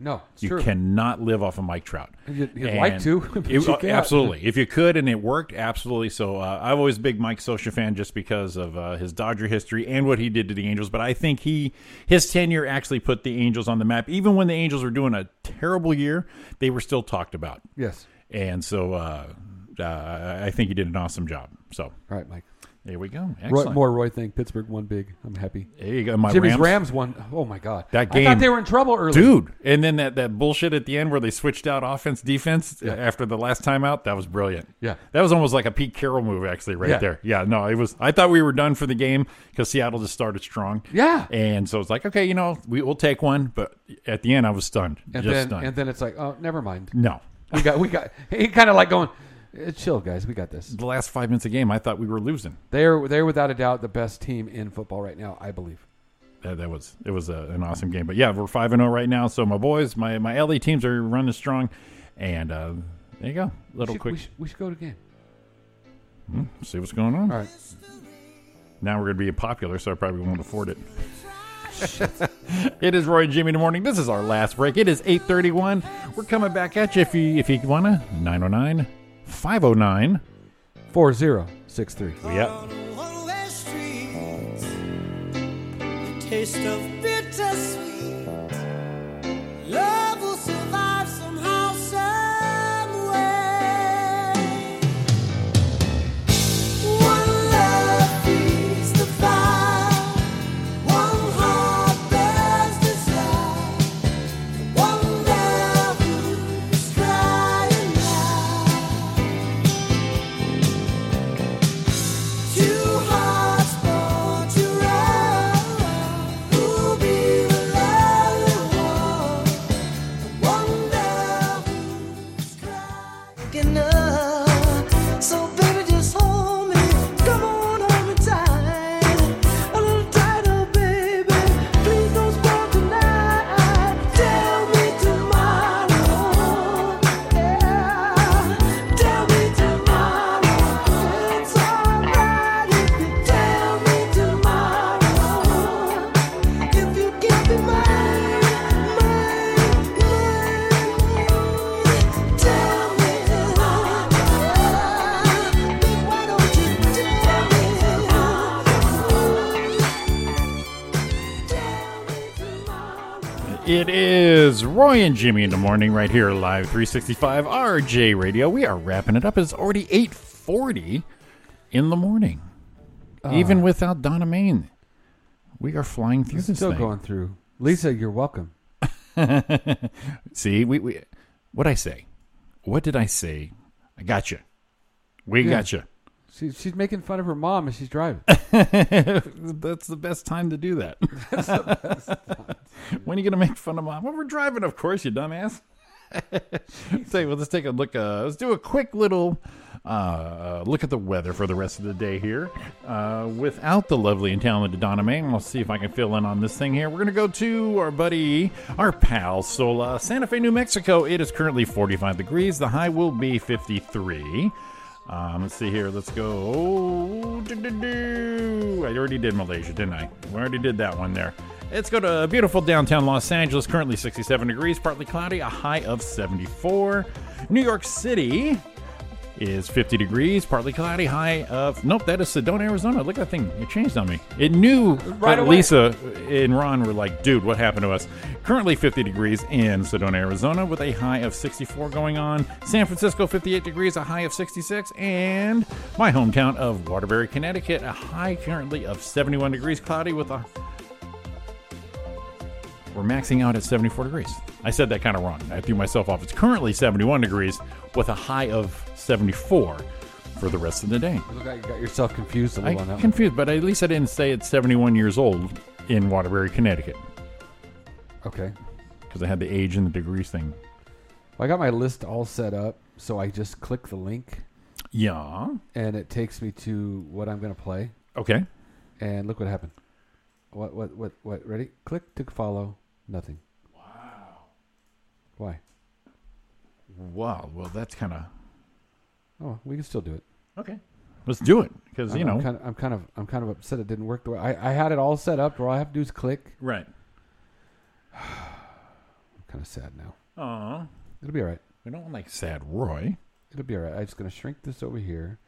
No, it's you true. cannot live off of Mike Trout. You'd- you'd And like to, but it- you uh, can't. absolutely. If you could and it worked, absolutely. So uh, I've always big Mike Socia fan just because of uh, his Dodger history and what he did to the Angels. But I think he his tenure actually put the Angels on the map. Even when the Angels were doing a terrible year, they were still talked about. Yes. And so uh, uh, I- I think he did an awesome job. So all right, Mike. There we go. Roy, Excellent. more Roy thing. Pittsburgh won big. I'm happy. There you go. My Jimmy's Rams. Rams won. Oh my God. That game, I thought they were in trouble early. dude. And then that, that bullshit at the end where they switched out offense defense uh, after the last timeout. That was brilliant. Yeah. that was almost like a Pete Carroll move, actually, right Yeah. there. Yeah, no, it was. I thought we were done for the game because Seattle just started strong. Yeah. and so it's like, okay, you know, we, we'll take one. But at the end, I was stunned. And just then stunned. and then it's like, oh, never mind. No. we got we got. He kind of like going, "Eh, chill, guys. We got this. the last five minutes of game, I thought we were losing. They're they're without a doubt the best team in football right now. I believe. That, that was it was a, an awesome game. But yeah, we're five and zero right now. So my boys, my my LA teams are running strong, and uh, there you go. Little We should- quick. We should, we should go to game. Hmm, see what's going on. All right. Now we're going to be popular, so I probably won't afford it. it is Roy and Jimmy in the morning. This is our last break. It is 8:31. We're coming back at you if you if you oh want to 909 509 4063. Yep. taste of bittersweet. Love will survive somehow, some way. One love feeds the fire. One heart bears desire. One devil is crying out. Two hearts born to run. Who'll be the last? It is Roy and Jimmy in the morning right here live 365 RJ Radio. We are wrapping it up. It's already 8:40 in the morning. Ah. Even without Donna Main, we are flying through this still thing. going through. Lisa, you're welcome. See, we, we what I say? What did I say? I got you. We Yeah. got you. She, she's making fun of her mom as she's driving. That's the best time to do that. when are you going to make fun of mom? When we're driving, of course, you dumbass. Say, well, let's take a look. Uh, let's do a quick little uh, look at the weather for the rest of the day here. Uh, without the lovely and talented Donna May, we'll see if I can fill in on this thing here. We're going to go to our buddy, our pal, Sola, Santa Fe, New Mexico. It is currently 45 degrees. The high will be 53. Um, let's see here. Let's Oh, go. Do-do-do. I already did Malaysia, didn't I? We already did that one there. Let's go to beautiful downtown Los Angeles. Currently 67 degrees, partly cloudy, a high of 74. New York City is 50 degrees, partly cloudy, high of. Nope, that is Sedona, Arizona. Look at that thing. It changed on me. It knew Right that away. Lisa and Ron were like, dude, what happened to us? Currently 50 degrees in Sedona, Arizona, with a high of 64 going on. San Francisco, 58 degrees, a high of 66. And my hometown of Waterbury, Connecticut, a high currently of 71 degrees, cloudy, with a we're maxing out at 74 degrees. I said that kind of wrong. I threw myself off. It's currently 71 degrees with a high of 74 for the rest of the day. Look like you got yourself confused a I little on that one. confused, but at least I didn't say it's 71 years old in Waterbury, Connecticut, Okay. because I had the age and the degrees thing. Well, I got my list all set up, so I just click the link Yeah. and it takes me to what I'm going to play. Okay. And look what happened. What, what, what, what? Ready? Click to follow. Nothing. Wow. Why? Wow. Well, that's kind of Oh, we can still do it. okay. Let's do it because I'm, you know. I'm kind of, I'm kind of, I'm kind of upset it didn't work the way I, I had it all set up. Where all I have to do is click. right. I'm kind of sad now. Aw. It'll be all right. We don't want like sad Roy. It'll be all right. I'm just going to shrink this over here,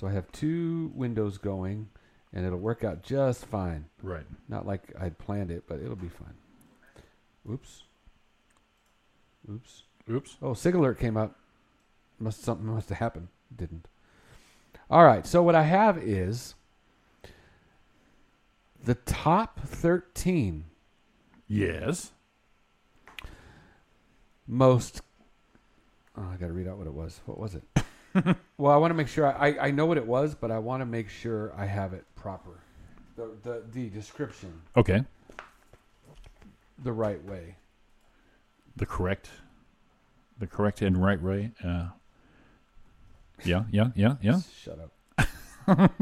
so I have two windows going, and it'll work out just fine. Right. Not like I'd planned it, but it'll be fine. Oops. Oops. Oops. Oh, sig alert came up. Must something must have happened. It Didn't. All right. So what I have is the top thirteen Yes. most. Oh, I got to read out what it was. What was it? well, I want to make sure I, I, I know what it was, but I want to make sure I have it proper. The, the the description Okay. the right way. the correct the correct and right way uh yeah yeah yeah yeah Shut up.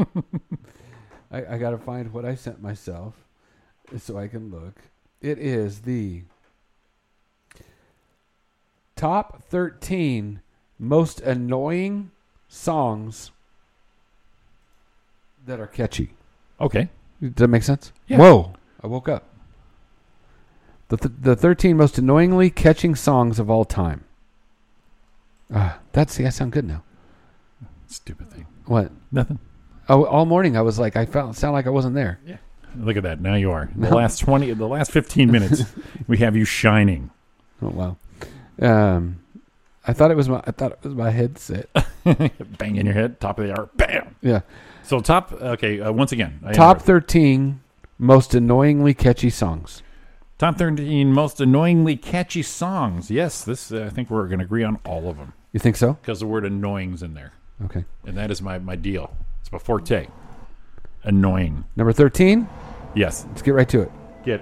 I, I got to find what I sent myself so I can look. It is the top 13 most annoying songs that are catchy. okay Does that make sense? Yeah. Whoa. I woke up. The, th- the 13 most annoyingly catching songs of all time. Ah, that's, see, I sound good now. stupid thing What? nothing Oh, all morning I was like, I felt sound like I wasn't there. look at that now you are the last 20 the last 15 minutes we have you shining Oh wow. Um, I thought it was my I thought it was my headset. bang in your head top of the hour bam Yeah. so top okay uh, once again I Top interrupt. thirteen most annoyingly catchy songs. top 13 most annoyingly catchy songs yes this uh, i think we're going to agree on all of them You think so? because the word annoying's in there Okay. and that is my my deal it's my forte annoying Number thirteen. yes Let's get right to it. get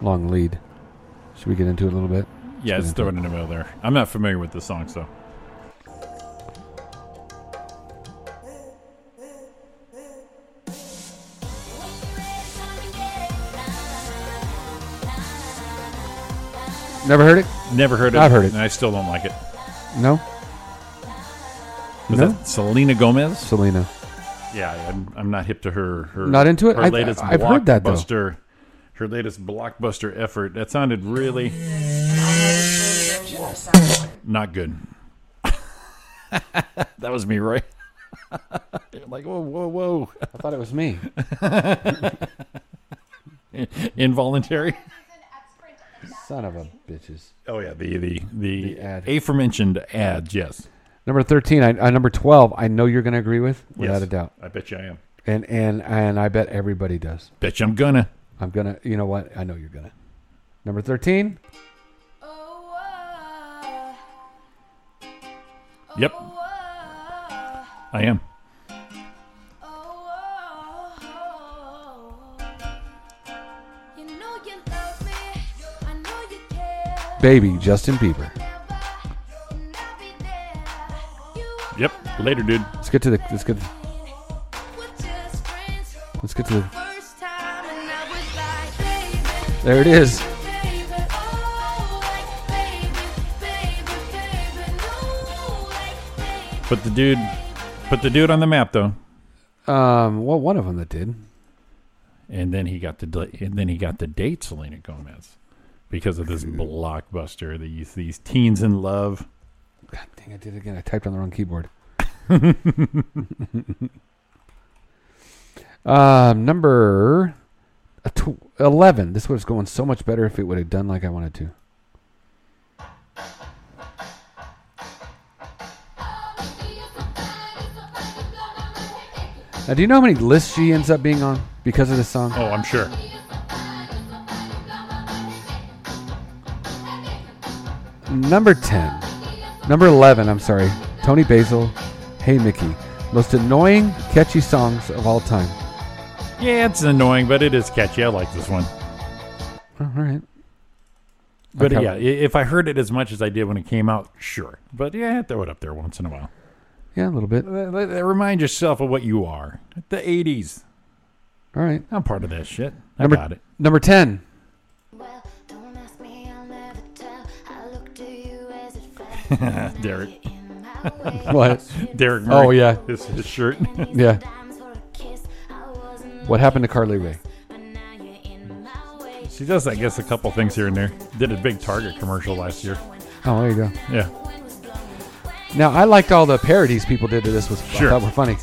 Long lead. Should we get into it a little bit? Yeah, let's throw it in the middle there. I'm not familiar with this song, so. Never heard it? Never heard it. I've heard it. And I still don't like it. No. Was No. that Selena Gomez? Selena. Yeah, I'm, I'm not hip to her. her Not into it? Her I've- latest I've heard that, though. blockbuster- Her latest blockbuster effort. That sounded really not good. that was me, right? like whoa, whoa, whoa! I thought it was me. Involuntary. Son of a bitches. Oh yeah, the the the, aforementioned ad. Yes, Number thirteen, I, uh, number twelve. I know you're going to agree with, without Yes. a doubt. I bet you I am. And and and I bet everybody does. Bet you I'm gonna. I'm gonna. You know what? I know you're gonna. Number thirteen. Yep, I am. Baby Justin Bieber. Yep. Later, dude. Let's get to the. Let's get. Let's get to the. There it is. Put the dude, put the dude on the map though. Um. Well, one of them that did. And then he got the del- and then he got the date Selena Gomez because of this blockbuster. These these teens in love. God dang! I did it again. I typed on the wrong keyboard. um. Number. uh, tw- 11. This would have gone so much better if it would have done like I wanted to. Now, do you know how many lists she ends up being on because of this song? Oh, I'm sure. Number 10. Number 11, I'm sorry. Tony Basil, Hey Mickey. Most annoying, catchy songs of all time. Yeah, it's annoying, but it is catchy. I like this one. Oh, all right. But Like yeah, how- i if I heard it as much as I did when it came out, sure. But yeah, I throw it up there once in a while. Yeah, a little bit. Let- let- let- Remind yourself of what you are. The 80s. All right. I'm part of that shit. I Number, got it. Number 10. Ah, Derek. What? Derek Murray. Oh, yeah. His, his shirt. Yeah. What happened to Carly Rae? she does, I guess, a couple things here and there. Did a big Target commercial last year. Oh, there you go. Yeah. Now, I liked all the parodies people did to this, which I Sure. thought were funny.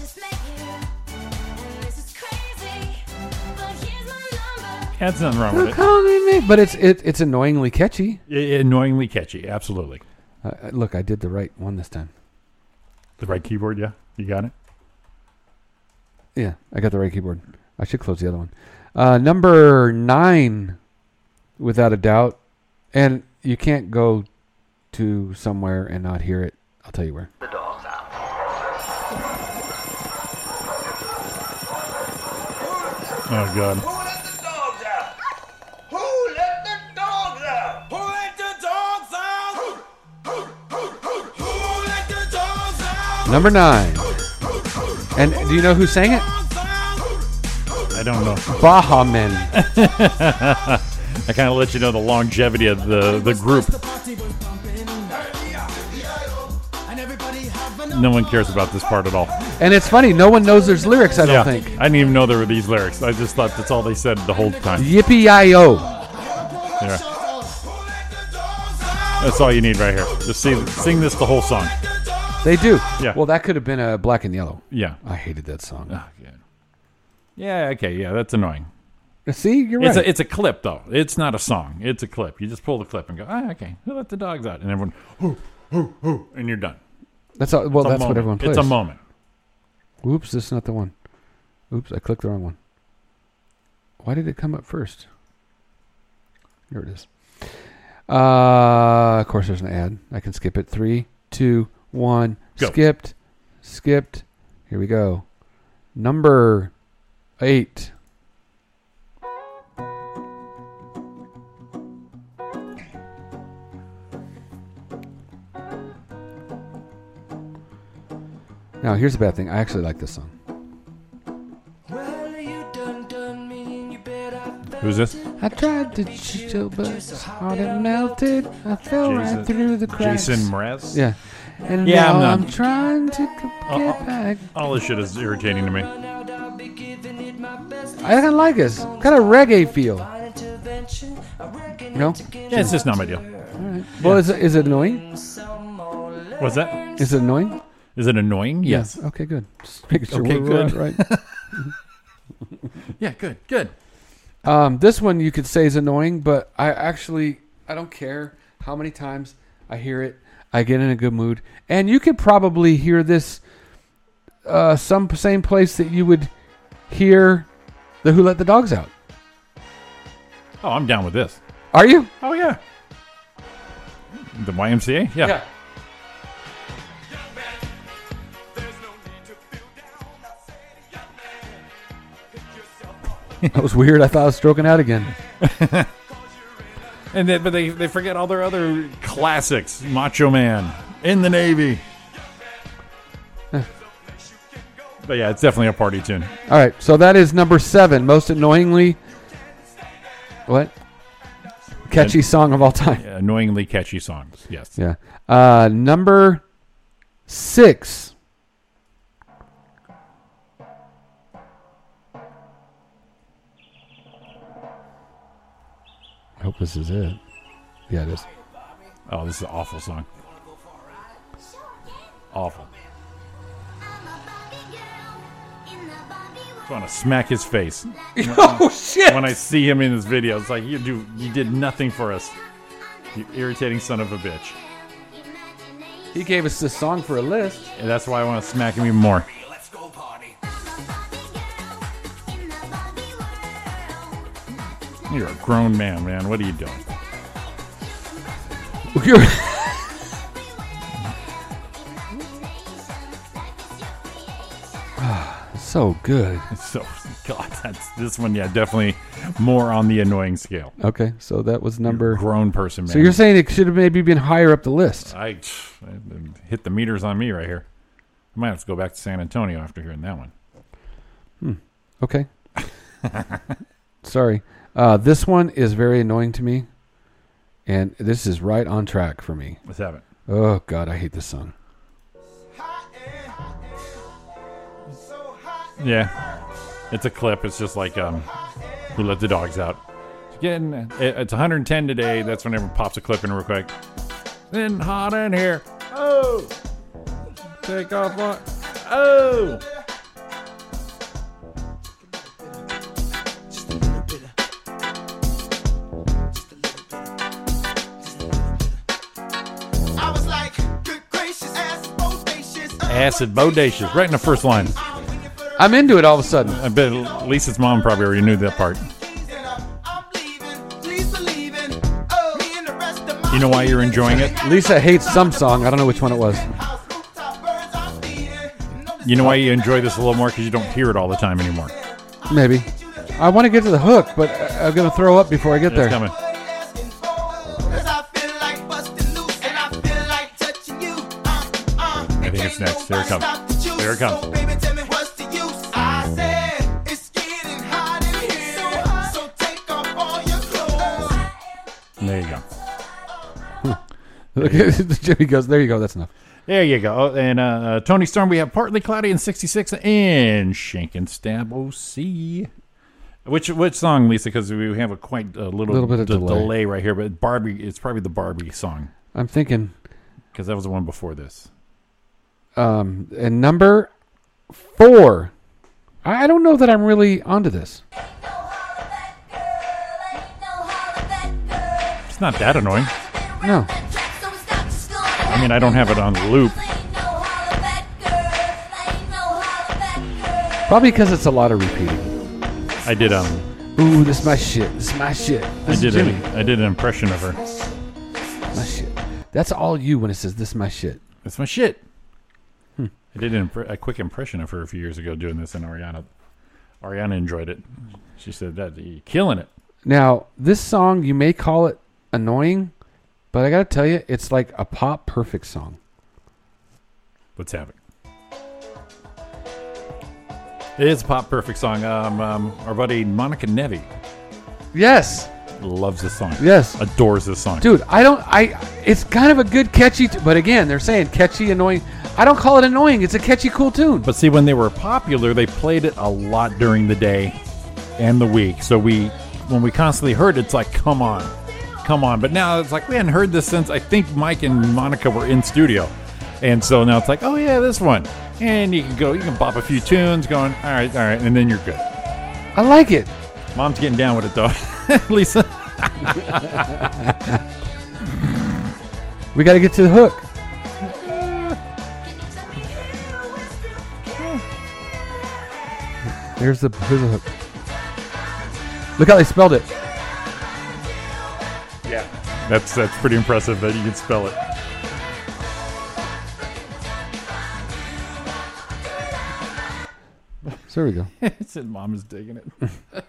That's nothing wrong with it. But it's it, it's annoyingly catchy. I- I- Annoyingly catchy. Absolutely. Uh, uh, look, I did the right one this time. The right keyboard, yeah. You got it? Yeah, I got the right keyboard. I should close the other one. Uh, number nine, without a doubt, and you can't go to somewhere and not hear it. I'll tell you where. Oh, God. Who let the dogs out? Who let the dogs out? Number nine. And do you know who sang it? I don't know. Baha Men. I kind of let you know the longevity of the, the group. No one cares about this part at all. And it's funny, no one knows there's lyrics, I don't yeah, think. I didn't even know there were these lyrics. I just thought that's all they said the whole time. Yippee Oh. yo. Yeah. That's all you need right here. Just see, sing this the whole song. They do. Yeah. Well, that could have been a black and yellow. Yeah. Oh, I hated that song. Yeah. Okay. Yeah. That's annoying. See, you're It's right. a it's a clip though. It's not a song. It's a clip. You just pull the clip and go. Ah, okay. Who let the dogs out? And everyone, hoo, hoo, hoo, and you're done. that's all, well, It's a that's moment. what everyone plays. It's a moment. Oops, this is not the one. Oops, I clicked the wrong one. Why did it come up first? Here it is. Uh, of course, there's an ad. I can skip it. Three, two, one. Go. Skipped. Skipped. Here we go. Number eight. Now, here's the bad thing. I actually like this song. Who's this? I tried to cheat you, but it's hard and melted. I fell Jason- right through the cracks. Jason Mraz. Yeah. And Yeah, now I'm not- I'm, trying to c- Uh, get back. All this shit is irritating to me. I kind of like this. Kind of reggae feel. No? Yeah, it's just not my deal. Well, is it, is it annoying? What's that? Is it annoying? Is it annoying? Yeah. Yes. Okay, good. Just making sure Okay, we're on it good. right. yeah, good, good. Um, this one you could say is annoying, but I actually I don't care how many times I hear it. I get in a good mood, and you could probably hear this uh, some same place that you would hear the Who Let the Dogs Out. Oh, I'm down with this. Are you? Oh yeah. The YMCA? Yeah. Yeah. That was weird. I thought I was stroking out again. And they, but they they forget all their other classics. Macho Man, In the Navy. but yeah, it's definitely a party tune. All right, so that is number seven, most annoyingly, what catchy song of all time. Annoyingly catchy songs. Yes. Yeah. Uh, number six. I hope this is it. Yeah, it is. Oh, this is an awful song. Awful. I want to smack his face. oh shit! When I see him in this video, it's like you do you did nothing for us. You irritating son of a bitch. He gave us this song for a list. And that's why I want to smack him even more. You're a grown man, man. What are you doing? You're- Ah, so good. So, God, that's this one. Yeah, definitely more on the annoying scale. Okay, so that was number. Grown person, man. So you're saying it should have maybe been higher up the list? I, I hit the meters on me right here. I might have to go back to San Antonio after hearing that one. Okay. Sorry. Uh, this one is very annoying to me, and this is right on track for me. Let's have it. Oh God, I hate this song. Yeah, it's a clip. It's just like um, who let the dogs out? Again, it, it's 110 today. That's when everyone pops a clip in real quick. Then hot in here. Oh, take off. on- Oh, I was like, good gracious, ass bodacious. acid bodacious. Right in the first line. I'm into it all of a sudden. I bet Lisa's mom probably already knew that part. You know why you're enjoying it? Lisa hates some song. I don't know which one it was. You know why you enjoy this a little more? Because you don't hear it all the time anymore. Maybe. I want to get to the hook, but I- I'm gonna throw up before I get It's there. coming. Uh, I think it's next. Here it comes. Here it comes. There you go. Look, Jimmy goes. There you go. That's enough. There you go. And uh, uh, Tony Storm, we have partly cloudy in '66 and Shank and Stab OC. Which which song, Lisa? Because we have a quite a little, Little bit of d- delay. right here. But Barbie, it's probably the Barbie song I'm thinking. because that was the one before this. Um, and number four. I I don't know that I'm really onto this. It's not that annoying. No. I mean, I don't have it on loop. Probably because it's a lot of repeating. I did um, Ooh, this is my shit. This is my shit. I This is did Jimmy. an, I did an impression of her. My shit. That's all you when it says this is my shit. That's my shit. Hmm. I did an impre- a quick impression of her a few years ago doing this, and Ariana Ariana enjoyed it. She said that you're killing it. Now, this song you may call it annoying, but I gotta tell you, it's like a pop perfect song. Let's have it. It is a pop perfect song. Um, um, our buddy Monica Nevi Yes, loves this song. Yes. adores this song. dude. I don't. I. It's kind of a good catchy, t- but again, they're saying catchy, annoying. I don't call it annoying. It's a catchy, cool tune. But see, when they were popular, they played it a lot during the day and the week. So we, when we constantly heard it, it's like, come on, come on. But now it's like we hadn't heard this since I think Mike and Monica were in studio. And so now it's like, oh yeah, this one. And you can go, you can bop a few tunes going, all right, all right, and then you're good. I like it. Mom's getting down with it though. Lisa. We got to get to the hook. Here's the here's the hook. Look how they spelled it. Yeah. That's that's pretty impressive that you can spell it. So there we go. it said mom is digging it.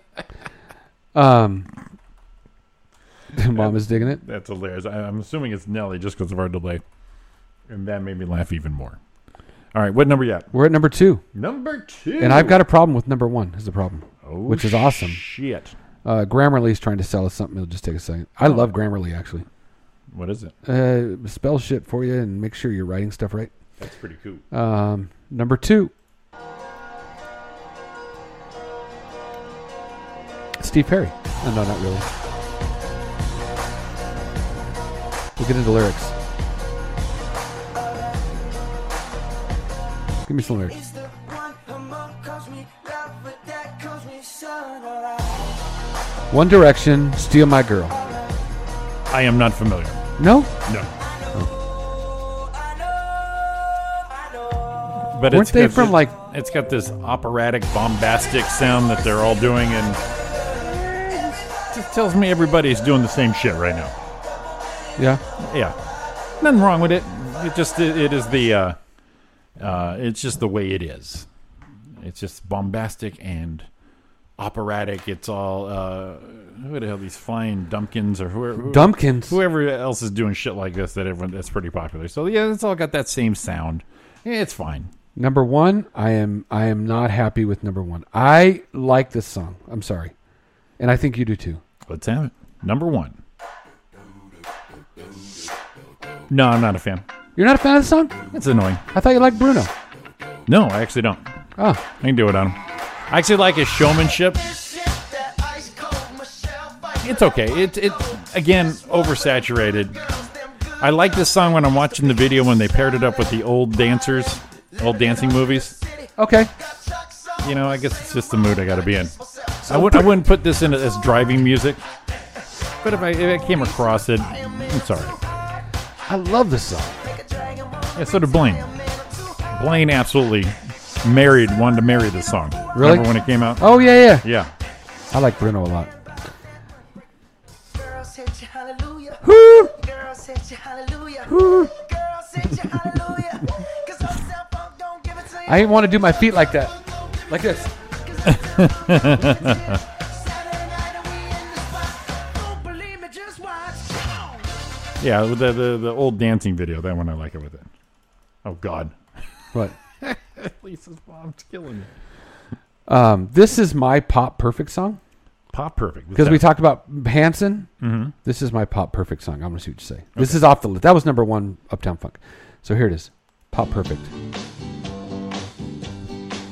Um, mom is digging it. That's hilarious. I, I'm assuming it's Nelly just because of our delay. And that made me laugh even more. All right, what number you at? We're at number two, Number two. and I've got a problem with number one. Is the problem, Oh, which is awesome. Shit. Uh, Grammarly's trying to sell us something. It'll just take a second. I love Grammarly actually. What is it? Uh, spell shit for you and make sure you're writing stuff right. That's pretty cool. Um, number two, Steve Perry. Oh, no, not really. We'll get into lyrics. Give me some lyrics. He's the one her mom calls me love, but dad calls me son. Alright. One Direction, Steal My Girl. I am not familiar. No? No. But Weren't it's they got from, thi- like- It's got this operatic, bombastic sound that they're all doing, and just tells me everybody's doing the same shit right now. Yeah. Yeah, nothing wrong with it. It just it, it is the uh, uh, it's just the way it is. It's just bombastic and operatic. It's all uh, who the hell these flying dumpkins or whoever who- Dumpkins? whoever else is doing shit like this that everyone that's pretty popular. So yeah, it's all got that same sound. Yeah, it's fine. Number one, I am I am not happy with number one. I like this song. I'm sorry. And I think you do too. Let's have it. Number one. No, I'm not a fan. You're not a fan of the song? It's annoying. I thought you liked Bruno. No, I actually don't. Oh. I can do it on him. I actually like his showmanship. It's okay. It it again oversaturated. I like this song when I'm watching the video when they paired it up with the old dancers, old dancing movies. Okay. You know, I guess it's just the mood I got to be in. I wouldn't I wouldn't put this in as driving music, but if I if I came across it, I'm sorry. I love this song. Yeah, so did Blaine. Blaine absolutely married wanted to marry this song. Really? Remember when it came out? Oh yeah, yeah. Yeah. I like Bruno a lot. Girls hit you hallelujah. Whoo! Girls hit you hallelujah. Whoo! Girls hit you hallelujah. 'Cause I'm cell phone don't give it to you. I didn't want to do my feet like that. Like this. Don't believe me, just watch. Yeah, the, the the old dancing video. That one I like it with it. Oh God, What? Lisa's mom's killing me. Um, this is my pop perfect song Pop perfect because we talked about Hanson. Mhm. This is my pop perfect song. I'm gonna see what you say. This is off the list. That was number one, Uptown Funk. So here it is, pop perfect.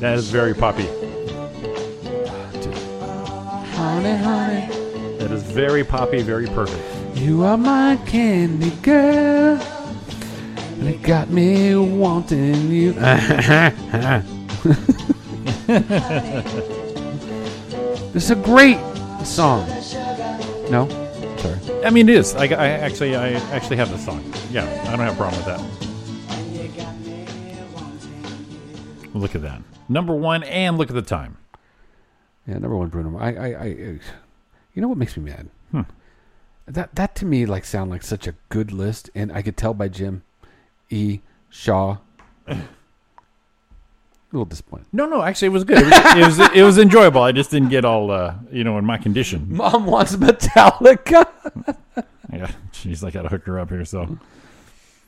That is very poppy. Honey, honey, That is very poppy, very perfect. you are my candy girl. And it got me wanting you. this is a great song. No, sorry. I mean, it is. I, I actually I actually have this song. Yeah, I don't have a problem with that. Look at that. Number one, and look at the time. Yeah, number one, Bruno. Mars. I, I, I, I- you know what makes me mad? That that to me like sound like such a good list, and I could tell by Jim, E. Shaw. a little disappointed. No, no, actually, it was good. It was, it was, it was enjoyable. I just didn't get all, uh, you know, in my condition. Mom wants Metallica. Yeah, she's like, I gotta hook her up here. So,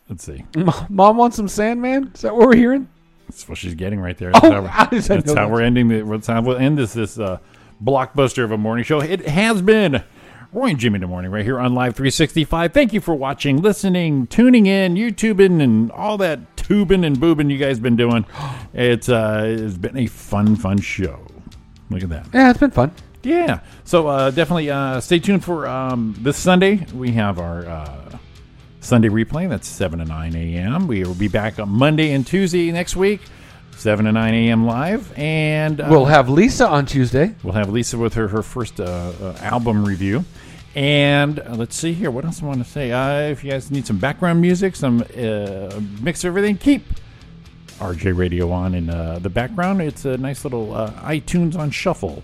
let's see. Mom, Mom wants some Sandman. Is that what we're hearing? That's what she's getting right there. Oh, That's how, we're, how did I that's know how that? we're ending the. That's how we'll end this this uh, blockbuster of a morning show. It has been Roy and Jimmy in the morning right here on Live 365. Thank you for watching, listening, tuning in, YouTubing, and all that tubing and boobing you guys been doing. It's uh, it's been a fun, fun show. Look at that. Yeah, it's been fun. Yeah. So uh, definitely uh, stay tuned for um, this Sunday. We have our uh, Sunday replay. That's 7 to 9 a.m. We will be back on Monday and Tuesday next week, 7 to 9 a.m. live. And uh, We'll have Lisa on Tuesday. We'll have Lisa with her, her first uh, uh, album review. And uh, let's see here. What else I want to say? Uh, if you guys need some background music, some uh, mix everything, keep RJ Radio on in uh, the background. It's a nice little uh, iTunes on shuffle.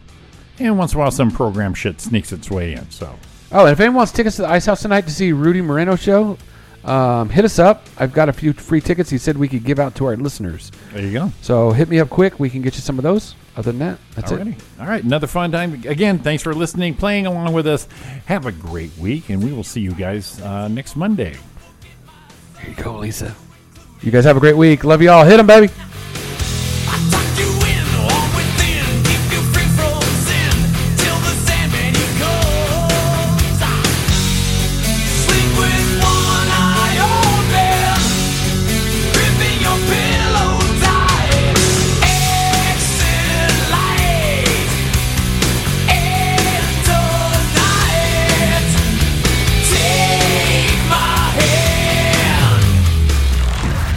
And once in a while, some program shit sneaks its way in. So Oh, and if anyone wants tickets to the Ice House tonight to see Rudy Moreno show, um, hit us up. I've got a few free tickets. He said we could give out to our listeners. There you go. So hit me up quick. We can get you some of those. Other than that, that's Alrighty. it. All right. Another fun time. Again, thanks for listening, playing along with us. Have a great week, and we will see you guys uh, next Monday. Here you go, Lisa. You guys have a great week. Love you all. Hit them, baby.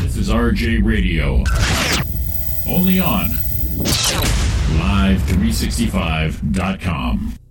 This is RJ Radio. Only on Live365.com.